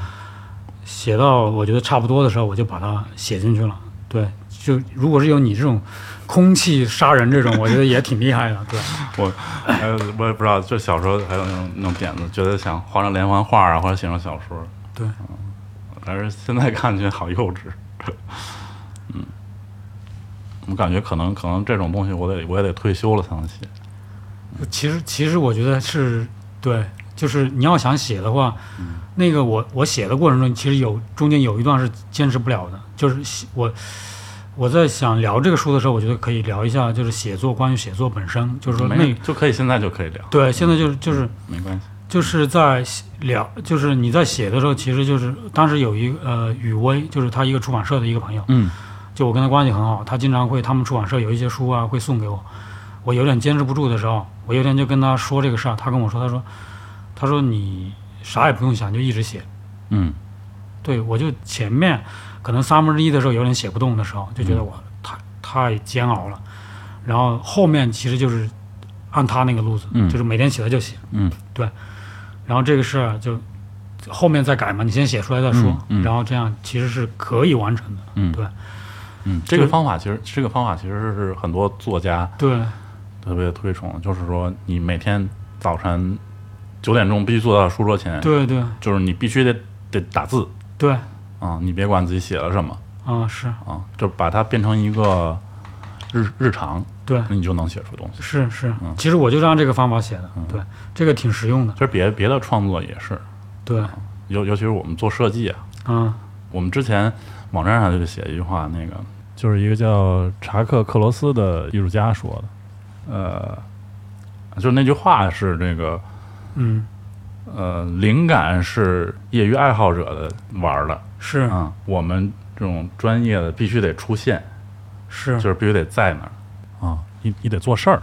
S2: 写到我觉得差不多的时候，我就把它写进去了，对，就如果是有你这种空气杀人这种，我觉得也挺厉害的，对，
S1: 我，还有我也不知道，就小时候还有那种那种点子，觉得想画成连环画啊，或者写成小说。
S2: 对
S1: 嗯，但是现在看起来好幼稚。嗯，我感觉可能可能这种东西，我得我也得退休了才能写。
S2: 其实其实我觉得是对，就是你要想写的话，那个我我写的过程中，其实有中间有一段是坚持不了的，就是写我我在想聊这个书的时候，我觉得可以聊一下，就是写作关于写作本身，就是说那
S1: 没就可以现在就可以聊，
S2: 对现在就是就是
S1: 没关系。
S2: 就是在写聊，就是你在写的时候，其实就是当时有一个呃雨薇，就是他一个出版社的一个朋友，
S1: 嗯
S2: 就我跟他关系很好，他经常会他们出版社有一些书啊会送给我，我有点坚持不住的时候，我有天就跟他说这个事儿，他跟我说，他说，他说你啥也不用想，就一直写。
S1: 嗯
S2: 对我就前面可能三分之一的时候有点写不动的时候，就觉得我太太煎熬了，然后后面其实就是按他那个路子，
S1: 嗯
S2: 就是每天起来就写，
S1: 嗯，
S2: 对，然后这个事儿就后面再改嘛，你先写出来再说，
S1: 嗯嗯
S2: 然后这样其实是可以完成的，
S1: 嗯，
S2: 对
S1: 嗯，这个方法其实这个方法其实是很多作家
S2: 对。
S1: 特别推崇的，就是说你每天早晨九点钟必须坐到书桌前，
S2: 对对
S1: 就是你必须得得打字
S2: 对，啊、
S1: 啊、你别管自己写了什么
S2: 是
S1: 啊、就把它变成一个日日常，
S2: 对，
S1: 那你就能写出东西。
S2: 是是
S1: 嗯，
S2: 其实我就是按这个方法写的，对，这个挺实用的
S1: 其，实别别的创作也是，
S2: 对，
S1: 尤尤其是我们做设计啊，
S2: 嗯
S1: 我们之前网站上就写一句话，那个就是一个叫查克·克罗斯的艺术家说的，呃，就是那句话是这个
S2: 嗯，
S1: 呃，灵感是业余爱好者的玩儿的
S2: 是
S1: 啊、我们这种专业的必须得出现，
S2: 是
S1: 就是必须得在那儿啊、你你得做事儿，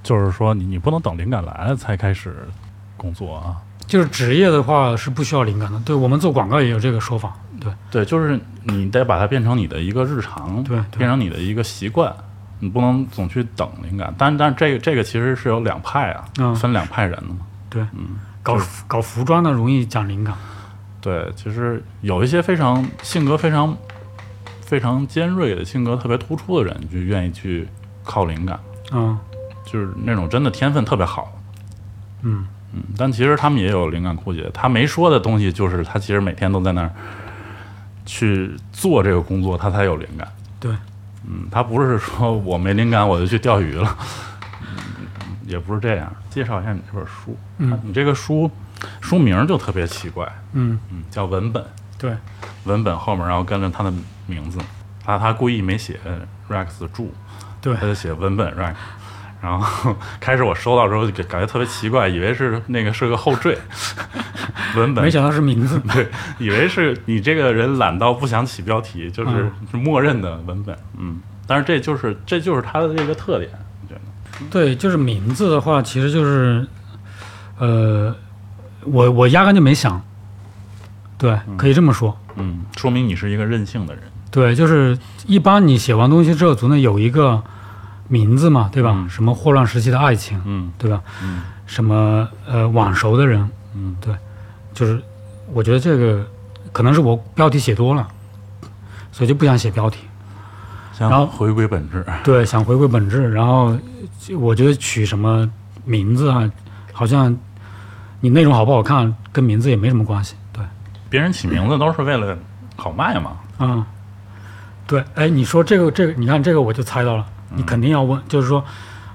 S1: 就是说你你不能等灵感来了才开始工作啊。
S2: 就是职业的话是不需要灵感的，对我们做广告也有这个说法，对
S1: 对，就是你得把它变成你的一个日常，
S2: 对
S1: 变
S2: 对
S1: 成你的一个习惯，你不能总去等灵感。但但这个这个其实是有两派啊，
S2: 嗯
S1: 分两派人的嘛。
S2: 对，
S1: 嗯，
S2: 搞
S1: 就是
S2: 服搞服装的容易讲灵感，
S1: 对，其实有一些非常性格非常非常尖锐的性格特别突出的人，就愿意去靠灵感，
S2: 嗯
S1: 就是那种真的天分特别好。
S2: 嗯，
S1: 嗯，但其实他们也有灵感枯竭，他没说的东西就是他其实每天都在那儿去做这个工作，他才有灵感。
S2: 对，
S1: 嗯，他不是说我没灵感我就去钓鱼了，嗯也不是这样。介绍一下你这本书，
S2: 嗯
S1: 你这个书书名儿就特别奇怪，
S2: 嗯，
S1: 嗯，叫文本。
S2: 对，
S1: 文本后面，然后跟着他的名字，他他故意没写 Rex 注，
S2: 对
S1: 他就写文本 Rex。然后 <laughs> 开始我收到之后就感觉特别奇怪，以为是那个是个后缀， <laughs> 文本
S2: 没想到是名字， <laughs>
S1: 对，以为是你这个人懒到不想起标题，就是
S2: 嗯
S1: 是默认的文本，嗯，但是这就是这就是它的这个特点，我觉得，
S2: 对，就是名字的话，其实就是，呃，我我压根就没想，对，可以这么说，
S1: 嗯，说明你是一个任性的人，
S2: 对，就是一般你写完东西之后，总得有一个名字嘛，对吧？
S1: 嗯
S2: 什么霍乱时期的爱情，
S1: 嗯
S2: 对吧？
S1: 嗯
S2: 什么呃晚熟的人，
S1: 嗯
S2: 就是我觉得这个可能是我标题写多了，所以就不想写标题。然后
S1: 想回归本质，
S2: 对，想回归本质。然后就我觉得取什么名字啊，好像你内容好不好看跟名字也没什么关系。对，
S1: 别人起名字都是为了好卖嘛，
S2: 嗯，对，哎，你说这个这个，你看这个我就猜到了，
S1: 嗯
S2: 你肯定要问，就是说，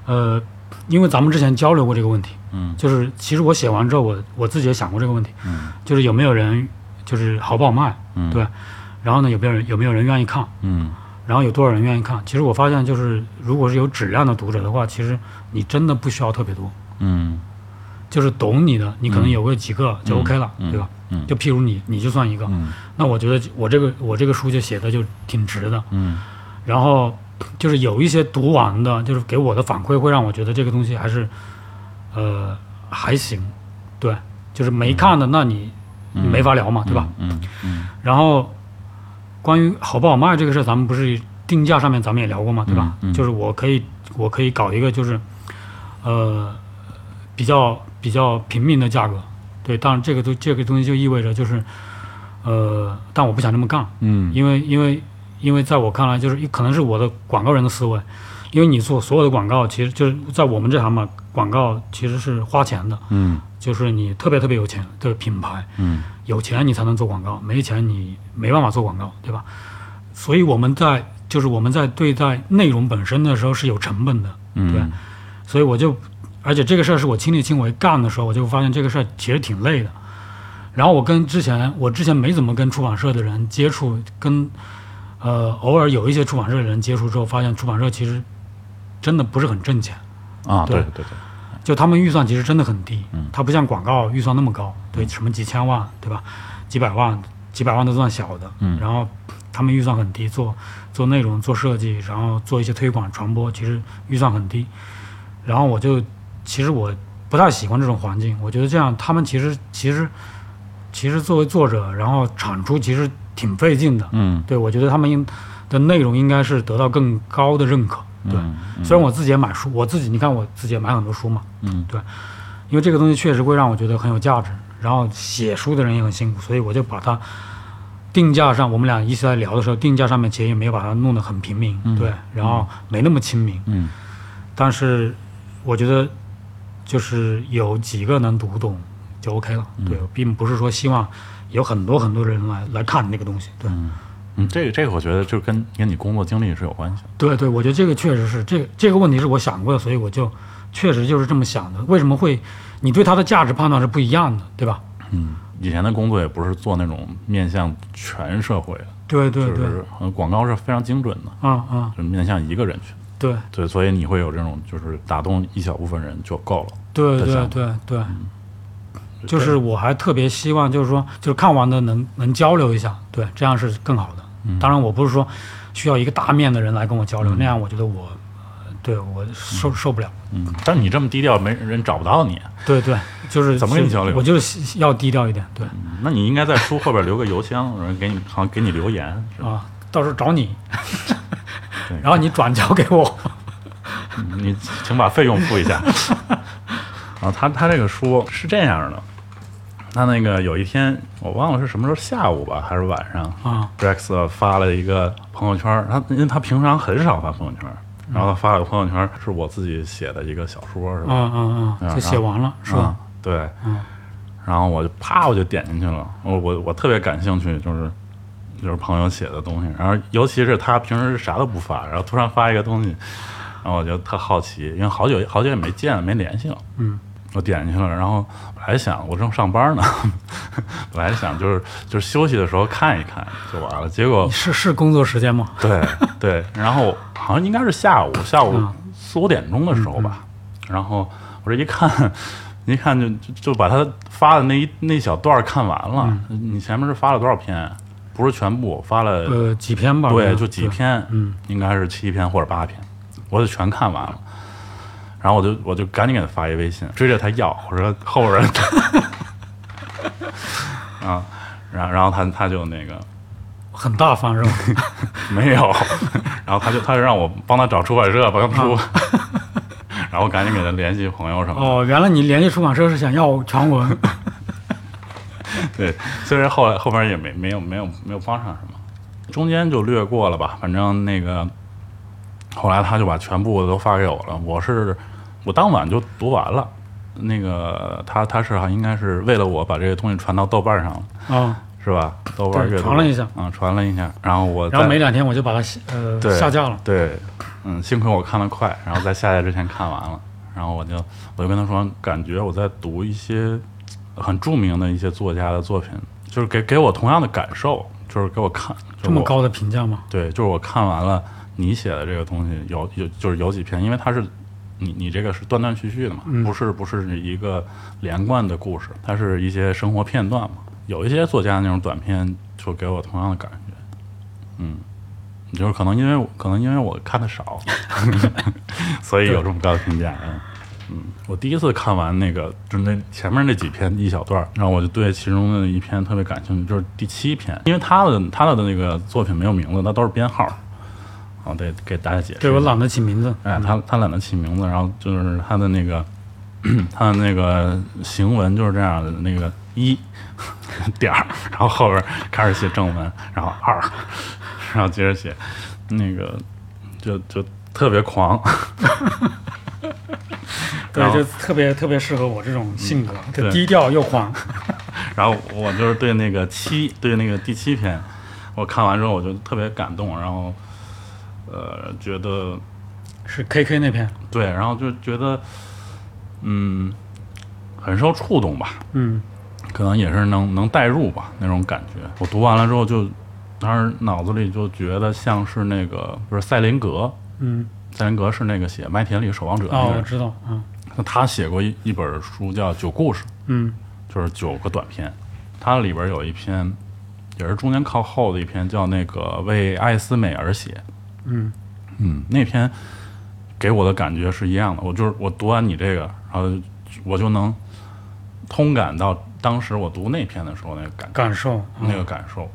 S2: 呃，因为咱们之前交流过这个问题，
S1: 嗯
S2: 就是其实我写完之后，我我自己也想过这个问题，
S1: 嗯
S2: 就是有没有人就是好不好卖，
S1: 嗯
S2: 对然后呢有没有人有没有人愿意看，
S1: 嗯
S2: 然后有多少人愿意看。其实我发现就是，如果是有质量的读者的话，其实你真的不需要特别多，
S1: 嗯
S2: 就是懂你的，你可能
S1: 嗯
S2: 有个几个就
S1: 嗯
S2: OK 了，
S1: 嗯
S2: 对吧？
S1: 嗯
S2: 就譬如你，你就算一个，
S1: 嗯
S2: 那我觉得我这个我这个书就写的就挺值的。
S1: 嗯
S2: 然后就是有一些读完的，就是给我的反馈会让我觉得这个东西还是，呃，还行，对，就是没看的，那你你没法聊嘛，对吧？？
S1: 嗯嗯
S2: 然后关于好不好卖这个事儿，咱们不是定价上面咱们也聊过嘛，对吧？
S1: 嗯嗯
S2: 就是我可以我可以搞一个就是，呃，比较比较平民的价格，对，当然这个东这个东西就意味着就是，呃，但我不想这么干，
S1: 嗯
S2: 因为因为因为在我看来，就是可能是我的广告人的思维，因为你做所有的广告，其实就是在我们这行嘛，广告其实是花钱的，
S1: 嗯
S2: 就是你特别特别有钱的品牌，
S1: 嗯
S2: 有钱你才能做广告，没钱你没办法做广告，对吧？所以我们在就是我们在对待内容本身的时候是有成本的，对
S1: 嗯，
S2: 所以我就，而且这个事儿是我亲力亲为干的时候，我就发现这个事儿其实挺累的。然后我跟之前我之前没怎么跟出版社的人接触，跟呃偶尔有一些出版社的人接触之后，发现出版社其实真的不是很挣钱，
S1: 啊，对
S2: 对
S1: 对对，
S2: 就他们预算其实真的很低
S1: 嗯，
S2: 它不像广告预算那么高，对，什么几千万，对吧？几百万、几百万都算小的，
S1: 嗯
S2: 然后他们预算很低，做做内容、做设计，然后做一些推广、传播，其实预算很低。然后我就，其实我不太喜欢这种环境，我觉得这样他们其实其实其实作为作者，然后产出其实挺费劲的，
S1: 嗯
S2: 对我觉得他们应的内容应该是得到更高的认可，对。
S1: 嗯嗯
S2: 虽然我自己也买书，我自己你看我自己也买很多书嘛，
S1: 嗯
S2: 因为这个东西确实会让我觉得很有价值。然后写书的人也很辛苦，所以我就把它定价上，我们俩一起在聊的时候，定价上面其实也没有把它弄得很平民，
S1: 嗯
S2: 对，然后没那么亲民。
S1: 嗯
S2: 但是我觉得就是有几个能读懂就 OK 了，
S1: 嗯
S2: 对，并不是说希望有很多很多人来来看你那个东西，对。
S1: 嗯，这个这个我觉得就跟跟你工作经历是有关系的，
S2: 对对，我觉得这个确实是这个这个问题是我想过的，所以我就确实就是这么想的。为什么会你对它的价值判断是不一样的，对吧？
S1: 嗯，以前的工作也不是做那种面向全社会的，
S2: 对对
S1: 就
S2: 对，
S1: 是呃广告是非常精准的，
S2: 啊啊，
S1: 就面向一个人群，
S2: 对
S1: 对，所以你会有这种就是打动一小部分人就够了，
S2: 对
S1: 在
S2: 对
S1: 想嗯
S2: 对对，就是我还特别希望就是说，就是看完的能能交流一下，对，这样是更好的。
S1: 嗯
S2: 当然，我不是说需要一个大面的人来跟我交流，那样我觉得我呃对我受受不了。
S1: 嗯，但你这么低调，没人找不到你，
S2: 对对，就是
S1: 怎么跟你交流
S2: 我就是要低调一点，对
S1: 那你应该在书后边留个邮箱，然后给你好像给你留言，是吧
S2: 啊，到时候找你
S1: <laughs> 对，
S2: 然后你转交给我。
S1: 你请把费用付一下。啊，他他这个书是这样的，他那个有一天我忘了是什么时候下午吧，还是晚上
S2: 啊
S1: ，Rex 呃发了一个朋友圈儿，他因为他平常很少发朋友圈儿，然后他发了个朋友圈儿是我自己写的一个小说，是吧？
S2: 嗯嗯
S1: 嗯
S2: 嗯，就写完了是吧？
S1: 嗯对，
S2: 嗯
S1: 然后我就啪我就点进去了，我我我特别感兴趣，就是就是朋友写的东西，然后尤其是他平时是啥都不发，然后突然发一个东西，然后我就特好奇，因为好久好久也没见了，没联系了，
S2: 嗯，
S1: 我点进去了，然后本来想我正上班呢， <laughs> 本来想就是就是休息的时候看一看就完了，结果
S2: 是是工作时间吗？
S1: 对对，然后好像应该是下午下午
S2: 嗯
S1: 四五点钟的时候吧，然后我这一看， <laughs> 一看就就就把他发的那一那一小段儿看完了。
S2: 嗯
S1: 你前面是发了多少篇？不是全部，发了、
S2: 呃，几篇吧，
S1: 对，
S2: 我
S1: 就
S2: 觉得
S1: 几。篇，
S2: 嗯，
S1: 应该是七篇或者八篇，我就全看完了。然后我就我就赶紧给他发一微信，追着他要，我说后边儿 <laughs> 啊，然后然后他他就那个
S2: 很大方是吧？
S1: <laughs> 没有， <laughs> 然后他就他就让我帮他找出版社，帮他出，
S2: 啊
S1: <laughs> 然后赶紧给他联系朋友什么的。
S2: 哦，原来你联系出版社是想要全文
S1: <laughs> 对，虽然后来后边也没没有没有没有帮上什么，中间就略过了吧。反正那个后来他就把全部都发给我了，我是我当晚就读完了。那个他他是应该是为了我把这个东西传到豆瓣上了， <laughs>
S2: 啊，
S1: 是吧？豆瓣
S2: 对
S1: 阅读
S2: 传了一下
S1: 嗯，传了一下，然后我
S2: 然后
S1: 在
S2: 没两天我就把它下呃
S1: 对
S2: 下架了。
S1: 对，嗯，幸亏我看得快，然后在下架之前看完了，然后我就我就跟他说，感觉我在读一些很著名的一些作家的作品，就是给给我同样的感受，就是给我看就
S2: 这么
S1: 我
S2: 高的评价吗？
S1: 对，就是我看完了你写的这个东西，有有就是有几篇，因为它是你你这个是断断续续的嘛，
S2: 嗯
S1: 不是不是一个连贯的故事，它是一些生活片段嘛。有一些作家那种短篇，就给我同样的感觉，嗯，就是可能因为我可能因为我看的少，所以有这么高的评价。嗯嗯，我第一次看完那个，就是那前面那几篇一小段儿，然后我就对其中的一篇特别感兴趣，就是第七篇，因为他的他的那个作品没有名字，那都是编号儿。好，得给大家解释。
S2: 对我懒得起名字。
S1: 哎，他他懒得起名字，然后就是他的那个 <clears throat> 他的那个行文就是这样的，那个 <laughs> 一点儿，然后后边开始写正文，然后二 <laughs> 然后接着写，那个就就特别狂， <laughs>
S2: 对
S1: 然，后嗯
S2: 就特别特别适合我这种性格，就
S1: 对
S2: 低调又狂。
S1: 然后我就是对那个七，对那个第七篇，我看完之后我就特别感动，然后呃觉得
S2: 是 KK 那篇，
S1: 对，然后就觉得嗯很受触动吧，
S2: 嗯，
S1: 可能也是能能代入吧那种感觉。我读完了之后就，当时脑子里就觉得像是那个不是塞林格，
S2: 嗯，
S1: 塞林格是那个写《麦田里守望者》那
S2: 哦
S1: 个，
S2: 我
S1: 人，
S2: 知道，嗯
S1: 那他写过一一本书叫《九故事
S2: 嗯》，
S1: 就是九个短篇，它里边有一篇也是中间靠后的一篇叫那个为艾斯美而写，
S2: 嗯
S1: 嗯，那篇给我的感觉是一样的，我就是我读完你这个，然后我就能通感到当时我读那篇的时候那个感觉。
S2: 感受，嗯
S1: 那个感受，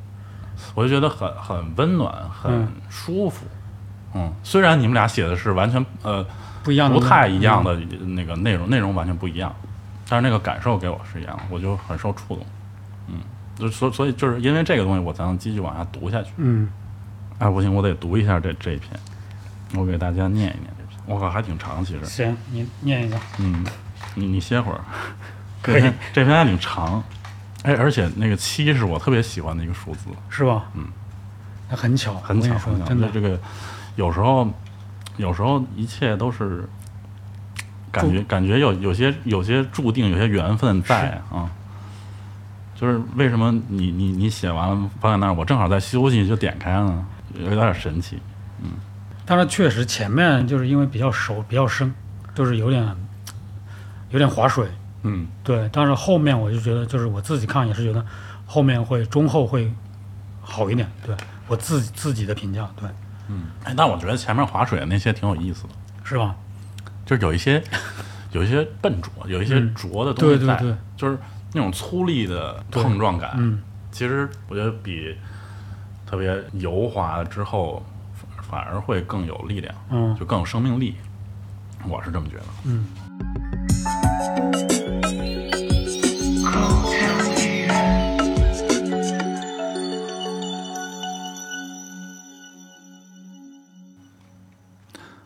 S1: 我就觉得很很温暖，很
S2: 嗯
S1: 舒服。嗯，虽然你们俩写的是完全呃
S2: 不一样的，
S1: 不太一样的那个内容，内容完全不一样，但是那个感受给我是一样的，我就很受触动。嗯，就所所以就是因为这个东西，我才能继续往下读下去。
S2: 嗯，
S1: 哎，不行，我得读一下这这一篇，我给大家念一念这篇。我靠，还挺长，其
S2: 嗯，
S1: 实。
S2: 行，你念一下，
S1: 嗯，你你歇会 <laughs> 儿。
S2: 可以
S1: 这篇这篇还挺长，哎，而且那个七是我特别喜欢的一个数字。
S2: 是吧？
S1: 嗯，
S2: 那很巧，
S1: 很巧
S2: 我跟
S1: 很
S2: 你
S1: 巧，
S2: 说，真的
S1: 就这个有时候有时候一切都是感觉感觉有有些有些注定，有些缘分在啊。就是为什么你你你写完了放在那儿，我正好在休息就点开了，有点神奇。
S2: 但是确实前面就是因为比较熟、比较生，就是有点有点划水。
S1: 嗯
S2: 对，但是后面我就觉得，就是我自己看也是觉得后面会中后会好一点。对我自己自己的评价，对，
S1: 嗯，哎，但我觉得前面划水的那些挺有意思的，
S2: 是吧？
S1: 就是有一些有一些笨拙，有一些
S2: 嗯
S1: 拙的东
S2: 对
S1: 西
S2: 对
S1: 在，
S2: 对，
S1: 就是那种粗粝的
S2: 对
S1: 碰撞感。
S2: 嗯，
S1: 其实我觉得比特别油滑之后，反反而会更有力量，
S2: 嗯
S1: 就更有生命力。我是这么觉得。
S2: 嗯，
S3: 口腔艺人。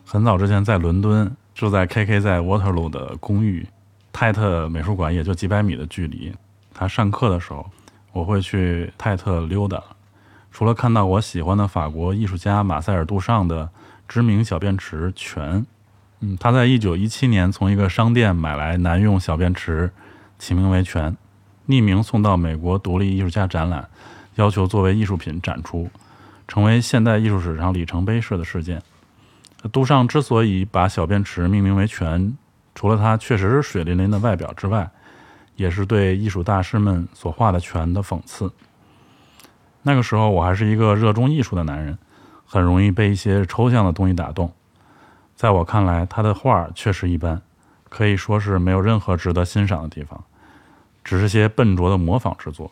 S1: 很早之前在伦敦住在 KK 在 Waterloo 的公寓，泰特美术馆也就几百米的距离。他上课的时候，我会去泰特溜达。除了看到我喜欢的法国艺术家马塞尔·杜尚的知名小便池泉，嗯，他在1917年从一个商店买来男用小便池，起名为泉，匿名送到美国独立艺术家展览，要求作为艺术品展出，成为现代艺术史上里程碑式的事件。杜尚之所以把小便池命名为泉，除了它确实是水淋淋的外表之外，也是对艺术大师们所画的泉的讽刺。那个时候，我还是一个热衷艺术的男人，很容易被一些抽象的东西打动。在我看来，他的画儿确实一般，可以说是没有任何值得欣赏的地方，只是些笨拙的模仿之作。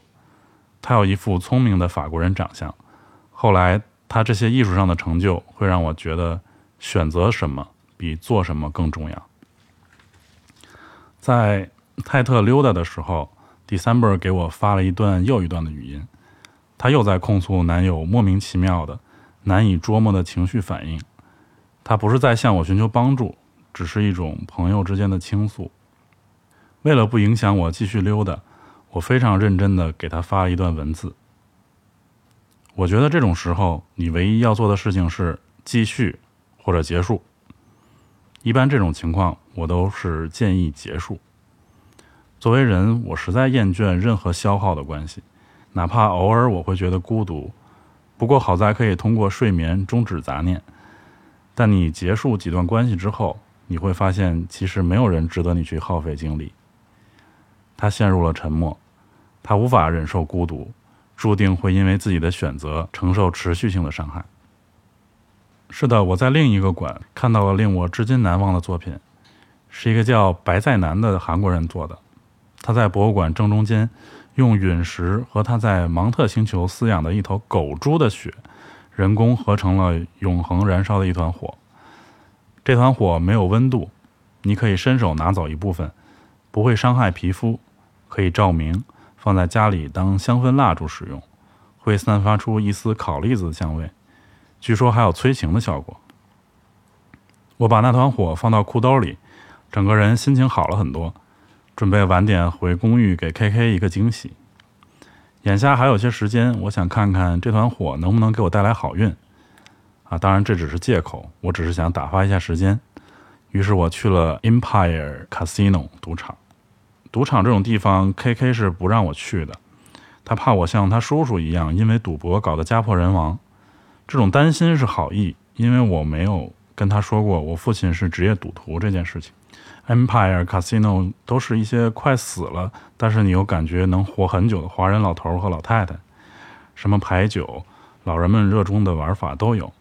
S1: 他有一副聪明的法国人长相，后来他这些艺术上的成就会让我觉得选择什么比做什么更重要。在泰特溜达的时候，December 给我发了一段又一段的语音，她又在控诉男友莫名其妙的、难以捉摸的情绪反应。她不是在向我寻求帮助，只是一种朋友之间的倾诉。为了不影响我继续溜达，我非常认真的给她发了一段文字。我觉得这种时候，你唯一要做的事情是继续或者结束。一般这种情况，我都是建议结束。作为人，我实在厌倦任何消耗的关系，哪怕偶尔我会觉得孤独。不过好在可以通过睡眠终止杂念。但你结束几段关系之后，你会发现其实没有人值得你去耗费精力。他陷入了沉默，他无法忍受孤独，注定会因为自己的选择承受持续性的伤害。是的，我在另一个馆看到了令我至今难忘的作品，是一个叫白在南的韩国人做的。他在博物馆正中间用陨石和他在芒特星球饲养的一头狗猪的血，人工合成了永恒燃烧的一团火。这团火没有温度，你可以伸手拿走一部分，不会伤害皮肤，可以照明，放在家里当香氛蜡烛使用，会散发出一丝烤栗子的香味。据说还有催情的效果。我把那团火放到裤兜里，整个人心情好了很多，准备晚点回公寓给 KK 一个惊喜。眼下还有些时间，我想看看这团火能不能给我带来好运。啊，当然这只是借口，我只是想打发一下时间。于是我去了 Empire Casino 赌场。赌场这种地方，KK 是不让我去的，他怕我像他叔叔一样，因为赌博搞得家破人亡。这种担心是好意，因为我没有跟他说过我父亲是职业赌徒这件事情。Empire Casino 都是一些快死了，但是你又感觉能活很久的华人老头儿和老太太，什么牌九，老人们热衷的玩法都有。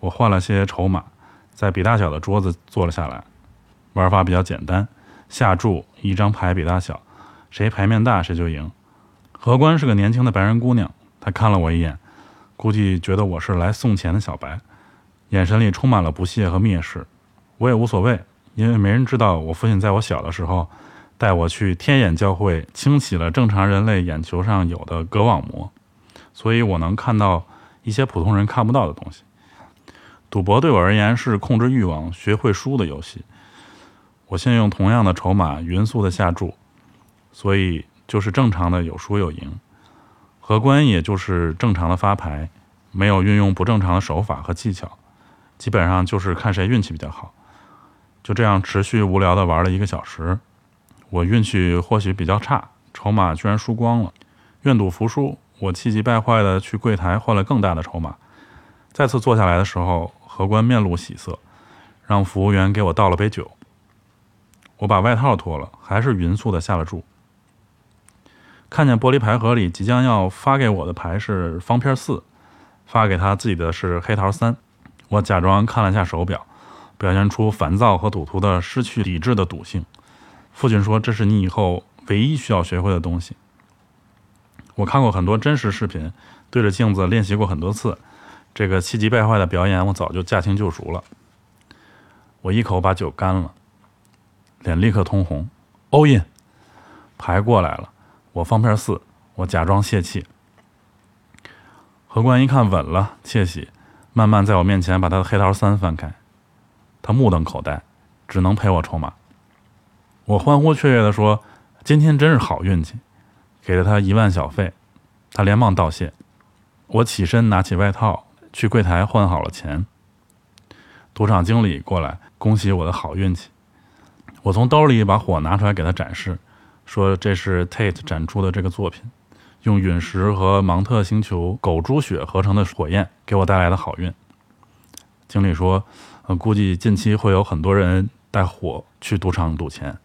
S1: 我换了些筹码，在比大小的桌子坐了下来，玩法比较简单，下注一张牌比大小，谁牌面大谁就赢。荷官是个年轻的白人姑娘，她看了我一眼，估计觉得我是来送钱的小白，眼神里充满了不屑和蔑视。我也无所谓，因为没人知道我父亲在我小的时候带我去天眼教会清洗了正常人类眼球上有的隔网膜，所以我能看到一些普通人看不到的东西。赌博对我而言是控制欲望、学会输的游戏。我现用同样的筹码匀速的下注，所以就是正常的有输有赢。荷官也就是正常的发牌，没有运用不正常的手法和技巧，基本上就是看谁运气比较好。就这样持续无聊的玩了一个小时，我运气或许比较差，筹码居然输光了，愿赌服输。我气急败坏的去柜台换了更大的筹码。再次坐下来的时候，荷官面露喜色，让服务员给我倒了杯酒。我把外套脱了，还是匀速的下了注。看见玻璃牌盒里即将要发给我的牌是方片四，发给他自己的是黑桃三。我假装看了下手表，表现出烦躁和赌徒的失去理智的赌性。父亲说：“这是你以后唯一需要学会的东西。”我看过很多真实视频，对着镜子练习过很多次。这个气急败坏的表演，我早就驾轻就熟了。我一口把酒干了，脸立刻通红。欧印，牌过来了，我方片四，我假装泄气。荷官一看稳了，窃喜，慢慢在我面前把他的黑桃三翻开。他目瞪口呆，只能赔我筹码。我欢呼雀跃地说：“今天真是好运气！”给了他一万小费，他连忙道谢。我起身拿起外套，去柜台换好了钱。赌场经理过来恭喜我的好运气。我从兜里把火拿出来给他展示，说这是 Tate 展出的这个作品，用陨石和芒特星球狗猪血合成的火焰给我带来的好运。经理说，呃，估计近期会有很多人带火去赌场赌钱。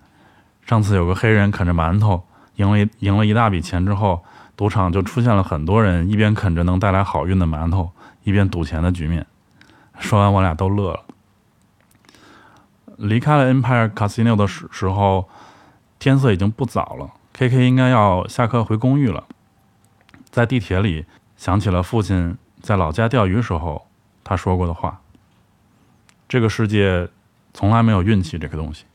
S1: 上次有个黑人啃着馒头赢了一赢了一大笔钱之后，赌场就出现了很多人一边啃着能带来好运的馒头，一边赌钱的局面。说完，我俩都乐了。离开了 Empire Casino 的时时候，天色已经不早了，KK 应该要下课回公寓了。在地铁里，想起了父亲在老家钓鱼时候他说过的话：“这个世界从来没有运气这个东西。”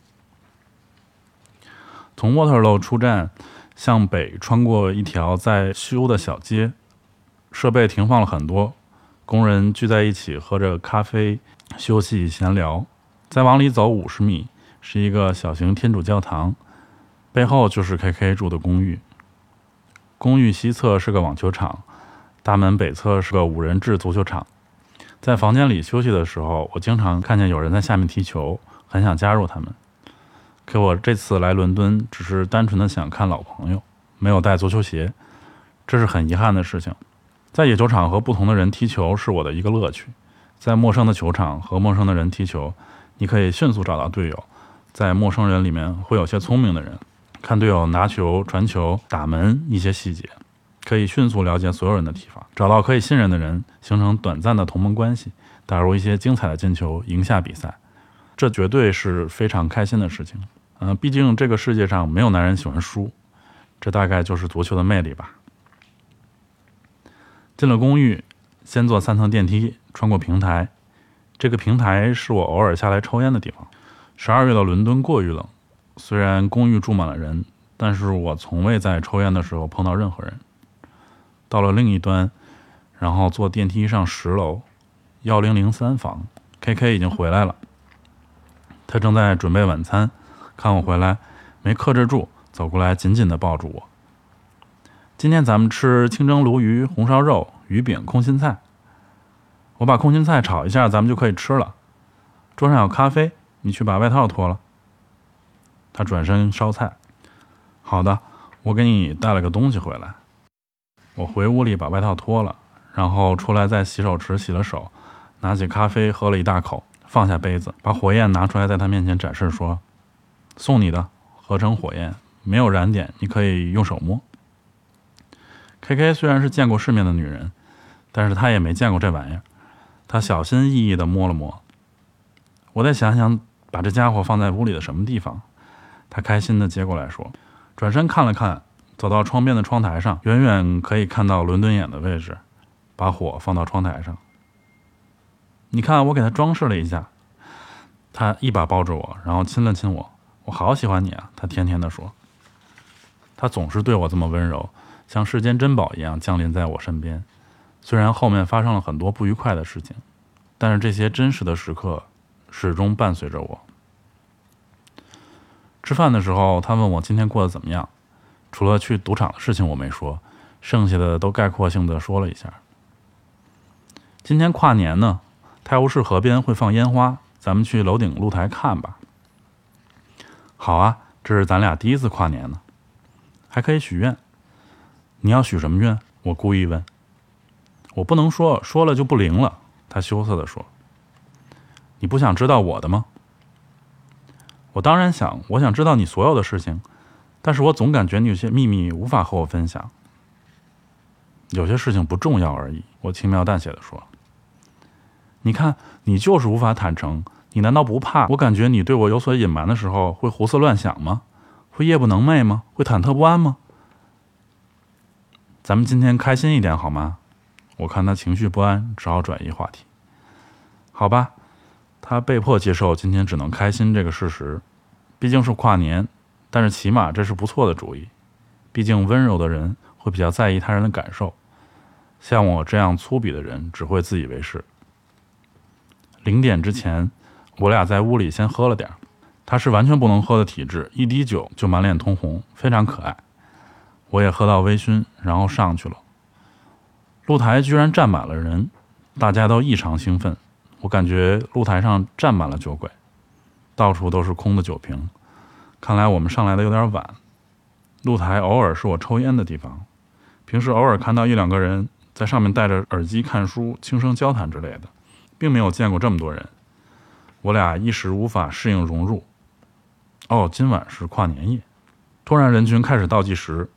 S1: 从 Waterloo 出站，向北穿过一条在修的小街，设备停放了很多，工人聚在一起喝着咖啡、休息、闲聊。再往里走五十米，是一个小型天主教堂，背后就是 KK 住的公寓。公寓西侧是个网球场，大门北侧是个五人制足球场。在房间里休息的时候，我经常看见有人在下面踢球，很想加入他们。可我这次来伦敦只是单纯的想看老朋友，没有带足球鞋，这是很遗憾的事情。在野球场和不同的人踢球是我的一个乐趣，在陌生的球场和陌生的人踢球，你可以迅速找到队友。在陌生人里面会有些聪明的人，看队友拿球、传球、打门一些细节，可以迅速了解所有人的踢法，找到可以信任的人，形成短暂的同盟关系，打入一些精彩的进球，赢下比赛。这绝对是非常开心的事情。嗯，毕竟这个世界上没有男人喜欢输，这大概就是足球的魅力吧。进了公寓，先坐三层电梯，穿过平台。这个平台是我偶尔下来抽烟的地方。十二月的伦敦过于冷，虽然公寓住满了人，但是我从未在抽烟的时候碰到任何人。到了另一端，然后坐电梯上十楼，幺零零三房，K K 已经回来了，他正在准备晚餐，看我回来没克制住，走过来紧紧地抱住我。今天咱们吃清蒸鲈鱼、红烧肉、鱼饼、空心菜。我把空心菜炒一下，咱们就可以吃了。桌上有咖啡，你去把外套脱了。他转身烧菜。好的，我给你带了个东西回来。我回屋里把外套脱了，然后出来在洗手池洗了手，拿起咖啡喝了一大口，放下杯子，把火焰拿出来，在他面前展示说：“送你的，合成火焰，没有燃点，你可以用手摸。”K K 虽然是见过世面的女人，但是她也没见过这玩意儿。她小心翼翼地摸了摸，我再想想把这家伙放在屋里的什么地方。她开心地接过来说，转身看了看，走到窗边的窗台上，远远可以看到伦敦眼的位置，把火放到窗台上。你看，我给他装饰了一下，他一把抱住我，然后亲了亲我，我好喜欢你啊！他甜甜地说。他总是对我这么温柔，像世间珍宝一样降临在我身边。虽然后面发生了很多不愉快的事情，但是这些真实的时刻始终伴随着我。吃饭的时候，他问我今天过得怎么样，除了去赌场的事情我没说，剩下的都概括性的说了一下。今天跨年呢，泰晤士河边会放烟花，咱们去楼顶露台看吧。好啊，这是咱俩第一次跨年呢，还可以许愿。你要许什么愿？我故意问。我不能说，说了就不灵了。他羞涩地说：“你不想知道我的吗？”我当然想，我想知道你所有的事情，但是我总感觉你有些秘密无法和我分享，有些事情不重要而已。我轻描淡写的说：“你看，你就是无法坦诚，你难道不怕？我感觉你对我有所隐瞒的时候，会胡思乱想吗？会夜不能寐吗？会忐忑不安吗？咱们今天开心一点好吗？”我看他情绪不安，只好转移话题。好吧，他被迫接受今天只能开心这个事实，毕竟是跨年，但是起码这是不错的主意。毕竟温柔的人会比较在意他人的感受，像我这样粗鄙的人只会自以为是。零点之前，我俩在屋里先喝了点儿。他是完全不能喝的体质，一滴酒就满脸通红，非常可爱。我也喝到微醺，然后上去了。露台居然站满了人，大家都异常兴奋。我感觉露台上站满了酒鬼，到处都是空的酒瓶。看来我们上来的有点晚。露台偶尔是我抽烟的地方，平时偶尔看到一两个人在上面戴着耳机看书、轻声交谈之类的，并没有见过这么多人。我俩一时无法适应融入。哦，今晚是跨年夜。突然，人群开始倒计时，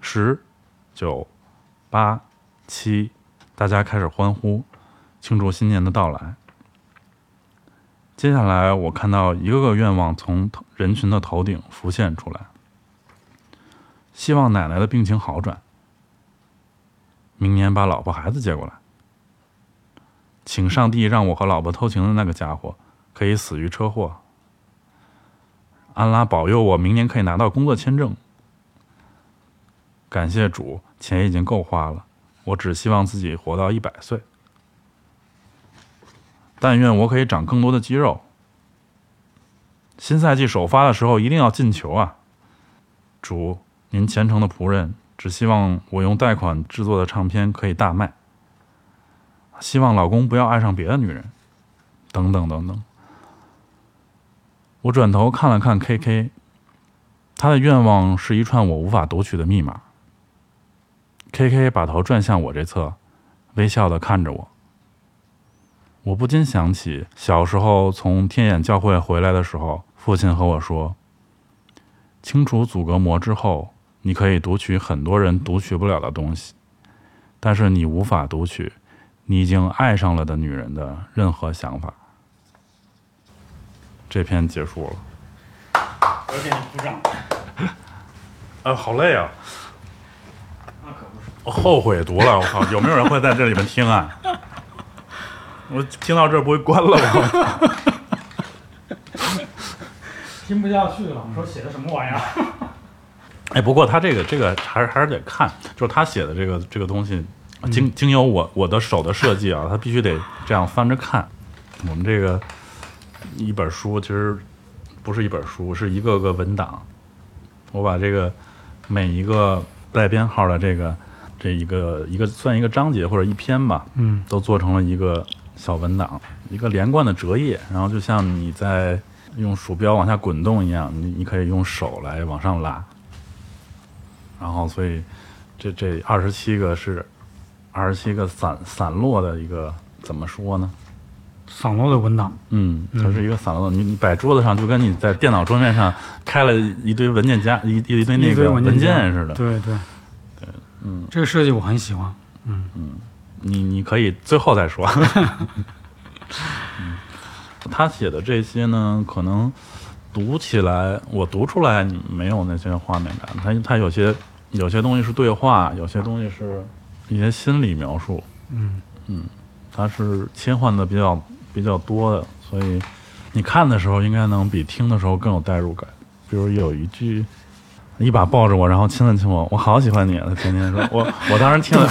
S1: 十、九、八、七，大家开始欢呼，庆祝新年的到来。接下来，我看到一个个愿望从头人群的头顶浮现出来，希望奶奶的病情好转，明年把老婆孩子接过来，请上帝让我和老婆偷情的那个家伙可以死于车祸，安拉保佑我明年可以拿到工作签证。感谢主，钱已经够花了。我只希望自己活到一百岁。但愿我可以长更多的肌肉。新赛季首发的时候一定要进球啊！主，您虔诚的仆人，只希望我用贷款制作的唱片可以大卖。希望老公不要爱上别的女人，等等等等。我转头看了看 KK，他的愿望是一串我无法读取的密码。K K 把头转向我这侧，微笑地看着我。我不禁想起小时候从天眼教会回来的时候，父亲和我说：“清除阻隔膜之后，你可以读取很多人读取不了的东西，但是你无法读取你已经爱上了的女人的任何想法。”这篇结束了。
S2: 而且鼓掌，
S1: 啊，好累啊！
S2: 那可不是。
S1: 我后悔读了，我靠，有没有人会在这里面听啊？我听到这儿不会关了吧？
S2: 听不下去了，我说写的什么玩意儿？
S1: 哎，不过他这个这个还是还是得看，就是他写的这个这个东西，经经由我我的手的设计啊，它必须得这样翻着看。我们这个一本书其实不是一本书，是一个个文档。我把这个每一个带编号的这个这一个一个算一个章节或者一篇吧，
S2: 嗯
S1: 都做成了一个小文档，一个连贯的折页，然后就像你在用鼠标往下滚动一样，你你可以用手来往上拉，然后所以这这二十七个是二十七个散散落的一个怎么说呢？
S2: 散落的文档，
S1: 嗯，它是一个散落的，你你摆桌子上就跟你在电脑桌面上开了一堆文件夹一一堆那
S2: 一堆
S1: 个
S2: 文
S1: 文
S2: 件夹
S1: 件似的，
S2: 对对，嗯，这个设计我很喜欢，
S1: 你你可以最后再说。嗯他写的这些呢，可能读起来，我读出来没有那些画面感。他他有些有些东西是对话，有些东西是一些心理描述。
S2: 嗯
S1: 它是切换的比较比较多的，所以你看的时候应该能比听的时候更有代入感。比如有一句，一把抱着我，然后亲了亲我，我好喜欢你啊！他天天说， <laughs> 我我当时听了，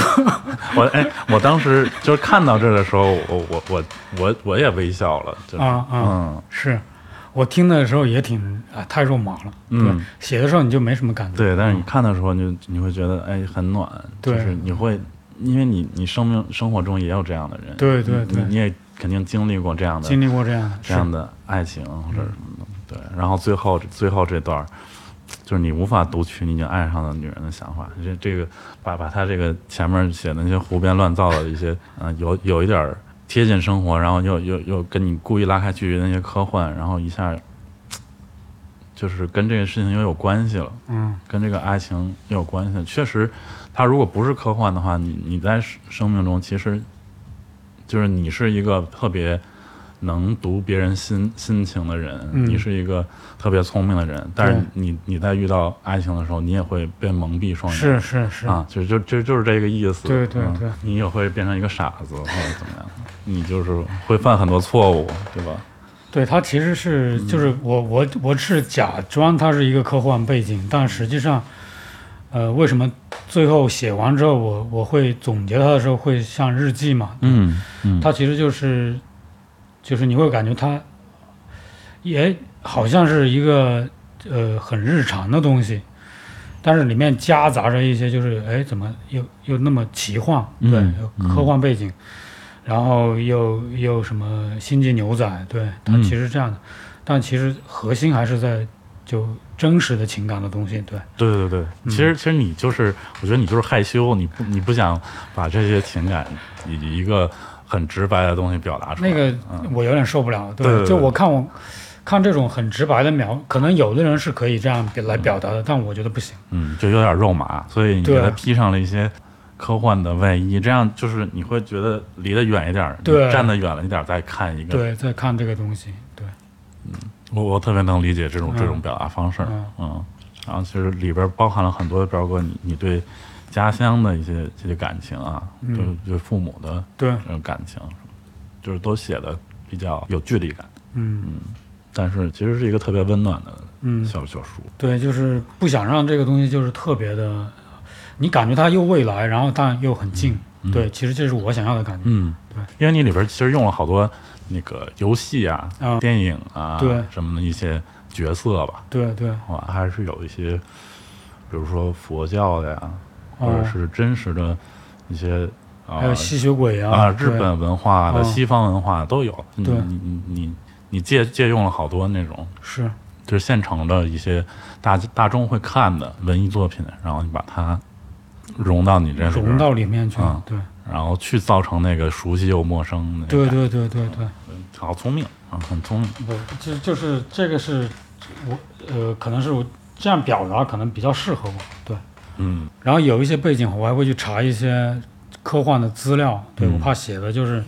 S1: 我哎，我当时就是看到这儿的时候，我我我我我也微笑了，就是、
S2: 啊啊，
S1: 嗯，
S2: 是我听的时候也挺啊太肉麻了，
S1: 嗯
S2: 对，写的时候你就没什么感觉，
S1: 对。但是你看的时候，你就你会觉得哎很暖，
S2: 对
S1: 就是你会，因为你你生命生活中也有这样的人，
S2: 对对
S1: 你
S2: 对
S1: 你你也肯定经历过这样的
S2: 经历嗯过这样的，
S1: 这样的爱情或者什么的，对。然后最后最后这段儿，就是你无法读取你已经爱上的女人的想法。这这个把把他这个前面写的那些胡编乱造的一些，嗯、有有一点儿贴近生活，然后又又又跟你故意拉开距离的那些科幻，然后一下就是跟这个事情又有关系了。
S2: 是，嗯
S1: 跟这个爱情也有关系。确实，它如果不是科幻的话，你你在生生命中其实就是你是一个特别能读别人心心情的人，
S2: 嗯
S1: 你是一个特别聪明的人，但是你你在遇到爱情的时候，你也会被蒙蔽双眼。
S2: 是是是，
S1: 啊，就就就就是这个意思。
S2: 对对
S1: 嗯
S2: 对
S1: 你也会变成一个傻子或者怎么样，你就是会犯很多错误，对吧？
S2: 对，它其实是
S1: 嗯
S2: 就是我我我是假装它是一个科幻背景，但实际上，呃，为什么最后写完之后我我会总结它的时候会像日记嘛？
S1: 嗯嗯，
S2: 它其实就是就是你会感觉它也好像是一个呃很日常的东西，但是里面夹杂着一些就是哎怎么又又那么奇幻，对，
S1: 嗯
S2: 有科幻背景。然后又又什么星际牛仔，对，它
S1: 嗯
S2: 其实这样的，但其实核心还是在就真实的情感的东西，对，
S1: 对对对，
S2: 嗯
S1: 其实其实你就是，我觉得你就是害羞，你不你不想把这些情感以一个很直白的东西表达出来。
S2: 那个
S1: 嗯
S2: 我有点受不了，
S1: 对对对
S2: 就我看我看这种很直白的描，可能有的人是可以这样来表达的，但我觉得不行，
S1: 嗯，就有点肉麻，所以你给
S2: 对
S1: 它披上了一些科幻的外衣，这样就是你会觉得离得远一点儿，
S2: 对
S1: 你站得远了一点儿再看一个。
S2: 对，在看这个东西，对，
S1: 我我特别能理解这种
S2: 嗯
S1: 这种表达方式
S2: 嗯，
S1: 嗯，然后其实里边包含了很多，彪哥你你对家乡的一些这些感情啊，
S2: 嗯
S1: 对对父母的
S2: 对，
S1: 这种感情，就是都写的比较有距离感。
S2: 嗯
S1: 但是其实是一个特别温暖的
S2: 嗯，
S1: 小小书。
S2: 对，就是不想让这个东西就是特别的，你感觉它又未来，然后但又很近，
S1: 嗯
S2: 对，其实这是我想要的感觉，
S1: 嗯，
S2: 对，
S1: 因为你里边其实用了好多那个游戏啊、
S2: 啊
S1: 电影啊
S2: 对
S1: 什么的一些角色吧，
S2: 对对，
S1: 啊，还是有一些，比如说佛教的呀，或者
S2: 哦
S1: 是真实的一些啊
S2: 还有吸血鬼
S1: 啊日
S2: 对
S1: 本文化的、
S2: 嗯
S1: 西方文化都有。你
S2: 对
S1: 你你你你借借用了好多那种
S2: 是，
S1: 就是现成的一些大大众会看的文艺作品，然后你把它融到你这里边
S2: 融到里面去
S1: 啊，
S2: 对
S1: 然后去造成那个熟悉又陌生的那
S2: 对
S1: 个感
S2: 对对对对，
S1: 觉，好聪明啊，很聪明。
S2: 不就就是这个是我呃，可能是我这样表达可能比较适合我，对。
S1: 嗯
S2: 然后有一些背景我还会去查一些科幻的资料，对、
S1: 嗯
S2: 我怕写的就是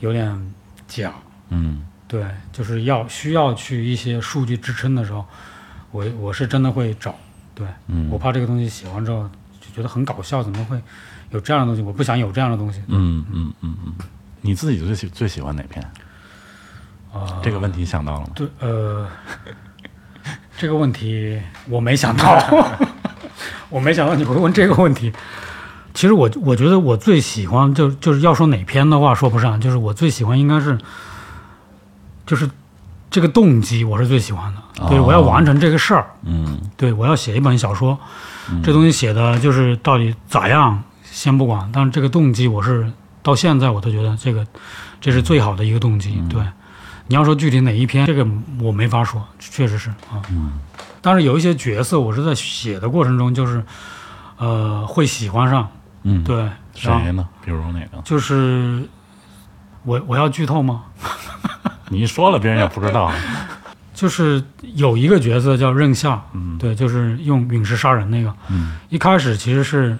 S2: 有点假，
S1: 嗯
S2: 对，就是要需要去一些数据支撑的时候，我我是真的会找，对。
S1: 嗯，
S2: 我怕这个东西写完之后就觉得很搞笑，怎么会有这样的东西？我不想有这样的东西。
S1: 嗯嗯嗯嗯，你自己最喜最喜欢哪篇？
S2: 啊
S1: 这个问题想到了吗？
S2: 对，呃，这个 <laughs> 问题我没想到，我没想到你会问这个问题。其实我我觉得我最喜欢就就是要说哪篇的话说不上，就是我最喜欢应该是，就是这个动机我是最喜欢的，对，
S1: 哦
S2: 我要完成这个事儿，
S1: 嗯
S2: 对我要写一本小说，这东西写的就是到底咋样先不管，但是这个动机我是到现在我都觉得这个这是最好的一个动机。对，你要说具体哪一篇，这个我没法说，确实是啊。嗯，但是有一些角色我是在写的过程中就是呃会喜欢上，
S1: 嗯，，
S2: 对，然后
S1: 谁呢？比如哪个？
S2: 就是我我要剧透吗？
S1: 你一说了，别人也不知道。
S2: 就是有一个角色叫任夏，
S1: 嗯
S2: 对，就是用陨石杀人那个，
S1: 嗯
S2: 一开始其实是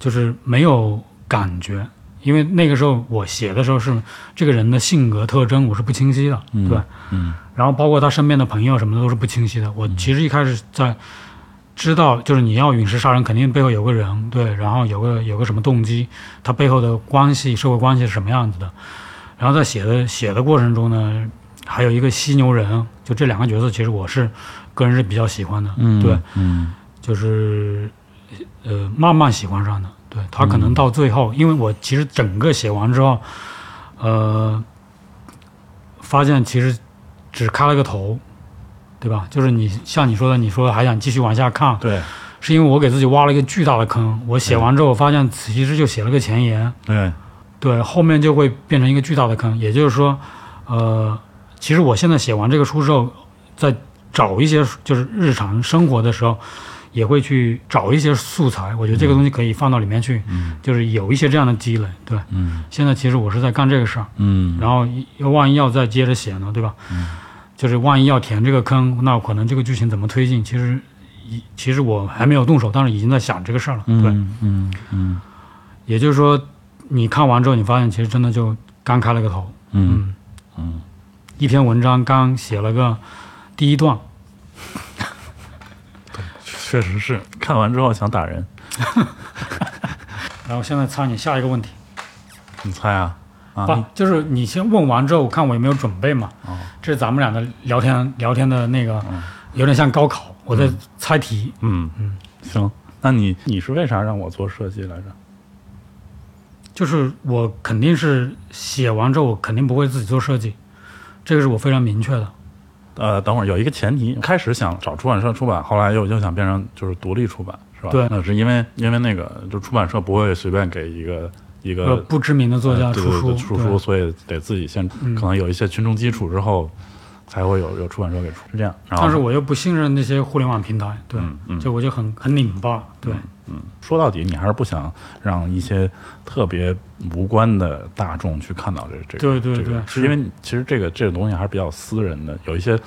S2: 就是没有感觉，因为那个时候我写的时候是这个人的性格特征我是不清晰的，
S1: 嗯
S2: 对，
S1: 嗯
S2: 然后包括他身边的朋友什么的都是不清晰的。我其实一开始在知道，就是你要陨石杀人，肯定背后有个人，对，然后有个有个什么动机，他背后的关系、社会关系是什么样子的。然后在写的写的过程中呢，还有一个犀牛人，就这两个角色，其实我是个人是比较喜欢的，
S1: 嗯，
S2: 对，
S1: 嗯
S2: 就是呃慢慢喜欢上的。对他可能到最后，因为我其实整个写完之后，呃，发现其实只开了个头，对吧？就是你像你说的，你说还想继续往下看，
S1: 对
S2: 是因为我给自己挖了一个巨大的坑。我写完之后发现，其实就写了个前言，
S1: 对，
S2: 对，后面就会变成一个巨大的坑。也就是说，呃，其实我现在写完这个书之后，在找一些就是日常生活的时候，也会去找一些素材。我觉得这个东西可以放到里面去，
S1: 嗯
S2: 就是有一些这样的积累。对，
S1: 嗯
S2: 现在其实我是在干这个事儿，
S1: 嗯，
S2: 然后又万一要再接着写呢，对吧？就是万一要填这个坑，那可能这个剧情怎么推进？其实已，其实我还没有动手，但是已经在想这个事儿了。对，
S1: 嗯嗯嗯
S2: 也就是说，你看完之后，你发现其实真的就刚开了个头。
S1: 嗯
S2: 嗯，
S1: 嗯，
S2: 一篇文章刚写了个第一段，
S1: 确实是。看完之后想打人，
S2: 然后现在猜你下一个问题，
S1: 你猜啊？啊，
S2: 不就是你先问完之后，看我有没有准备嘛？
S1: 哦
S2: 这是咱们俩的聊天聊天的那个，
S1: 啊
S2: 有点像高考，我在猜题。
S1: 嗯嗯，行。那你你是为啥让我做设计来着？
S2: 就是我肯定是写完之后，我肯定不会自己做设计，这个是我非常明确的。
S1: 呃，等会儿有一个前提，开始想找出版社出版，后来又又想变成就是独立出版，是吧？
S2: 对
S1: 那是因为因为那个就出版社不会随便给一个一个
S2: 呃，不知名的作家
S1: 呃对
S2: 出
S1: 对
S2: 书，
S1: 对出
S2: 对
S1: 书，所以得自己先，
S2: 嗯
S1: 可能有一些群众基础之后，才会有有出版社给出，是这样。然后
S2: 但是我又不信任那些互联网平台，对，
S1: 啊嗯嗯
S2: 就我就很很拧巴，对，
S1: 说到底，你还是不想让一些特别无关的大众去看到这这个，
S2: 对对
S1: 这
S2: 对
S1: 个，
S2: 是
S1: 是因为你其实这个这个东西还是比较私人的，有一些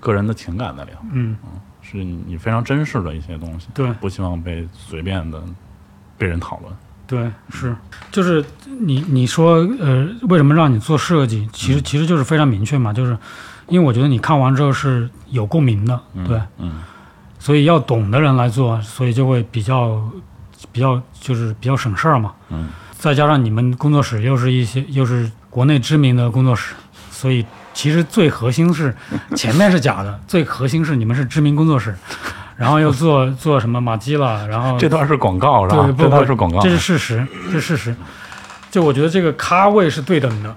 S1: 个人的情感在里头，
S2: 嗯，
S1: 是你你非常珍视的一些东西，
S2: 对
S1: 不希望被随便的被人讨论。
S2: 对，是，就是你你说呃，为什么让你做设计？其
S1: 嗯
S2: 实其实就是非常明确嘛，就是因为我觉得你看完之后是有共鸣的，
S1: 嗯、
S2: 对，，
S1: 嗯
S2: 所以要懂的人来做，所以就会比较比较就是比较省事儿嘛。
S1: 嗯，
S2: 再加上你们工作室又是一些又是国内知名的工作室，所以其实最核心是前面是假的，最核心是你们是知名工作室，然后又做做什么马基了，然后
S1: 这段是广告是吧？
S2: 对，不
S1: 这
S2: 不
S1: 段是广告，
S2: 这是事实，这是事实。就我觉得这个咖位是对等的，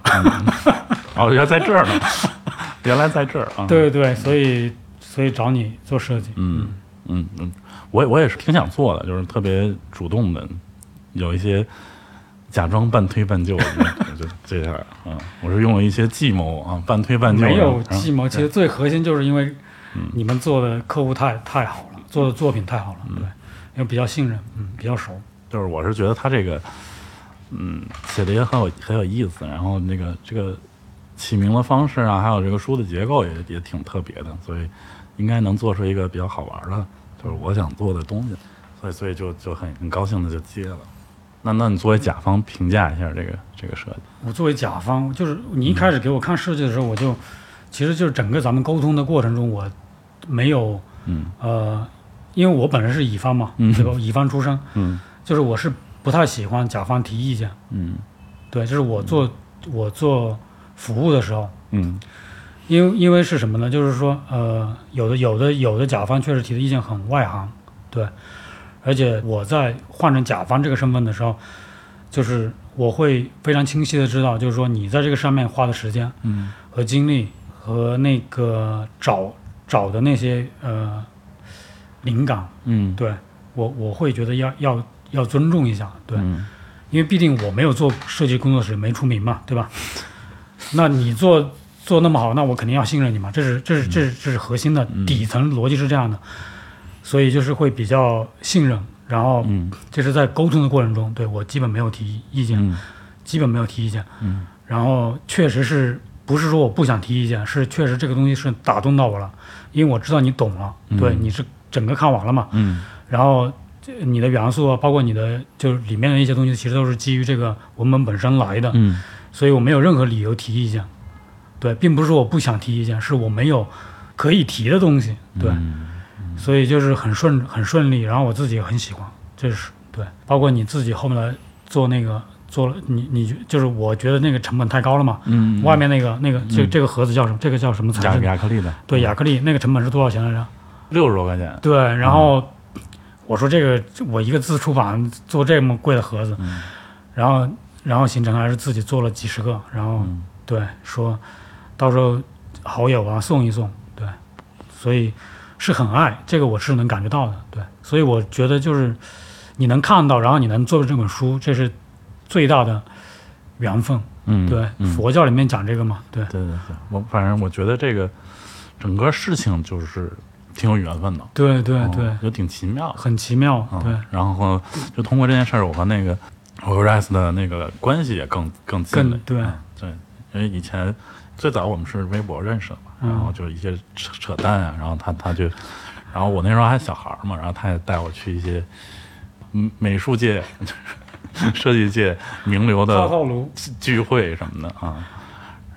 S1: 哦，原来在这儿 <laughs> 呢，原来在这儿啊。
S2: <laughs> 对对，所以所以找你做设计，
S1: 嗯，嗯嗯，我也我也是挺想做的，就是特别主动的，有一些假装半推半就的，我就这样啊，我是用了一些计谋啊，半推半就的，
S2: 没有
S1: 啊
S2: 计谋，其实最核心就是因为
S1: 嗯
S2: 你们做的客户太太好了，做的作品太好了，
S1: 嗯
S2: 对，因为比较信任，嗯，比较熟，
S1: 就是我是觉得他这个，嗯，写的也很有很有意思，然后那个这个起名的方式啊，还有这个书的结构也也挺特别的，所以应该能做出一个比较好玩的，就是我想做的东西，所以所以就就很很高兴的就接了。那那你作为甲方评价一下这个这个设计？
S2: 我作为甲方，就是你一开始给我看设计的时候，我就其实就是整个咱们沟通的过程中，我没有
S1: 嗯
S2: 呃，因为我本身是乙方嘛，
S1: 嗯
S2: 对吧？乙方出身，
S1: 嗯
S2: 就是我是不太喜欢甲方提意见，
S1: 嗯
S2: 对，就是我做、我做服务的时候，
S1: 嗯
S2: 因为因为是什么呢？就是说，呃，有的有的有的甲方确实提的意见很外行，对，而且我在换成甲方这个身份的时候，就是我会非常清晰的知道，就是说你在这个上面花的时间
S1: 嗯
S2: 和精力和那个找找的那些呃灵感，
S1: 嗯
S2: 对我我会觉得要要要尊重一下，对，
S1: 嗯
S2: 因为毕竟我没有做设计工作室，没出名嘛，对吧？ <laughs> 那你做做那么好，那我肯定要信任你嘛，这是这是这是这是核心的
S1: 嗯
S2: 底层逻辑是这样的，所以就是会比较信任，然后
S1: 嗯
S2: 就是在沟通的过程中，对我基本没有提意见，
S1: 嗯
S2: 基本没有提意见，
S1: 嗯
S2: 然后确实是不是说我不想提意见，是确实这个东西是打动到我了，因为我知道你懂了，对，你是整个看完了嘛，
S1: 嗯
S2: 然后这你的元素啊，包括你的就是里面的一些东西，其实都是基于这个文本本身来的，
S1: 嗯
S2: 所以我没有任何理由提意见。对，并不是说我不想提意见，是我没有可以提的东西。
S1: 嗯
S2: 对，所以就是很顺很顺利，然后我自己也很喜欢，这是对。包括你自己后面来做那个做了，你你就就是我觉得那个成本太高了嘛。
S1: 嗯
S2: 外面那个那个这这个盒子叫什么？这个叫什么材
S1: 亚
S2: 质？
S1: 亚克力的
S2: 对，亚克力那个成本是多少钱来着？
S1: 六十多块钱，
S2: 对，然后我说这个我一个自出版做这么贵的盒子，
S1: 嗯
S2: 然后然后行程还是自己做了几十个，然后、
S1: 嗯
S2: 对说到时候好友啊送一送，对，所以是很爱这个我是能感觉到的，对，所以我觉得就是你能看到，然后你能做这本书，这是最大的缘分，
S1: 嗯
S2: 对，佛教里面讲这个嘛，对，
S1: 对对对，我反正我觉得这个整个事情就是挺有缘分的，嗯
S2: 对对对，
S1: 就挺奇妙的。
S2: 很奇妙，
S1: 嗯
S2: 对，
S1: 然后就通过这件事儿，我和那个 o r e s 的那个关系也更更近了
S2: 更。对
S1: 嗯对，因为以前最早我们是微博认识的嘛，
S2: 嗯
S1: 然后就一些扯扯淡啊，然后他他就，然后我那时候还小孩儿嘛，然后他也带我去一些嗯美术界、 <laughs> 设计界名流的
S2: 炉，
S1: 聚会什么的啊。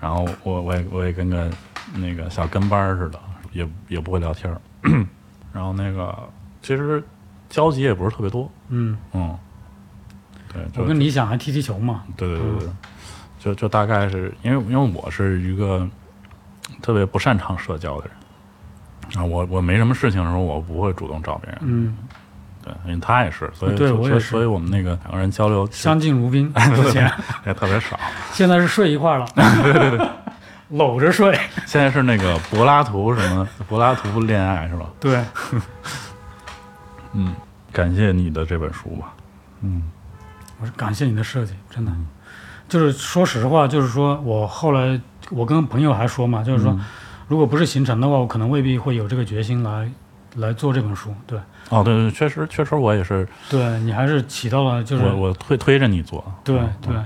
S1: 然后我我也我也跟个那个小跟班儿似的，也也不会聊天儿。 <clears throat> 然后那个其实交集也不是特别多，
S2: 嗯，
S1: 嗯，对，就
S2: 我跟嗯理想还踢踢球嘛，
S1: 对对对对，就就大概是因为因为我是一个特别不擅长社交的人啊，我我没什么事情的时候，我不会主动找别人，
S2: 嗯，
S1: 对，因为他也是，所以
S2: 对我
S1: 所
S2: 也
S1: 以
S2: 是
S1: 所以我们那个两个人交流其实
S2: 相敬如
S1: <laughs>
S2: 宾。之前
S1: 也特别少。
S2: 现在是睡一
S1: <laughs>
S2: 块儿了，搂着睡。
S1: 现在是那个柏拉图什么柏拉图恋爱是吧？
S2: 对，
S1: 嗯，感谢你的这本书吧。嗯
S2: 我是感谢你的设计，真的。就是说实话，就是说我后来我跟朋友还说嘛，就
S1: 嗯
S2: 是说，如果不是行程的话，我可能未必会有这个决心来来做这本书。对，
S1: 哦对对，确实确实我也是，
S2: 对你还是起到了就是
S1: 我我推推着你做，
S2: 对
S1: 嗯
S2: 对，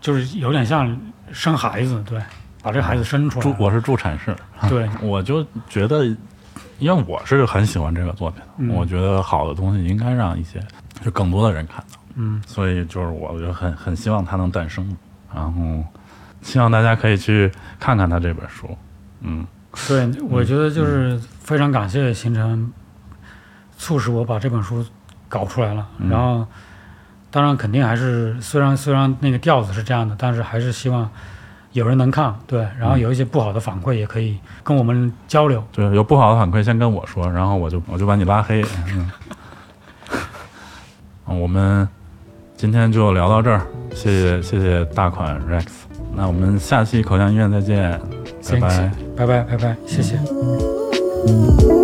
S2: 就是有点像生孩子，对，把这孩子生出
S1: 助
S2: 来。
S1: 我是助产士， <laughs>
S2: 对，
S1: 我就觉得，因为我是很喜欢这个作品的，
S2: 嗯
S1: 我觉得好的东西应该让一些就更多的人看到，
S2: 嗯
S1: 所以就是我就很很希望它能诞生，然后希望大家可以去看看他这本书，嗯
S2: 对，我觉得就是非常感谢行程，促使我把这本书搞出来了。
S1: 嗯
S2: 然后，当然肯定还是虽然虽然那个调子是这样的，但是还是希望有人能看，对。然后
S1: 嗯
S2: 有一些不好的反馈也可以跟我们交流。
S1: 对，有不好的反馈先跟我说，然后我就我就把你拉黑。嗯， <laughs> 啊我们今天就聊到这儿，谢谢谢谢大款 Rex，那我们下期口腔医院再见，拜嗯
S2: 行
S1: 拜。
S2: 拜拜拜拜，谢谢。
S4: Ooh.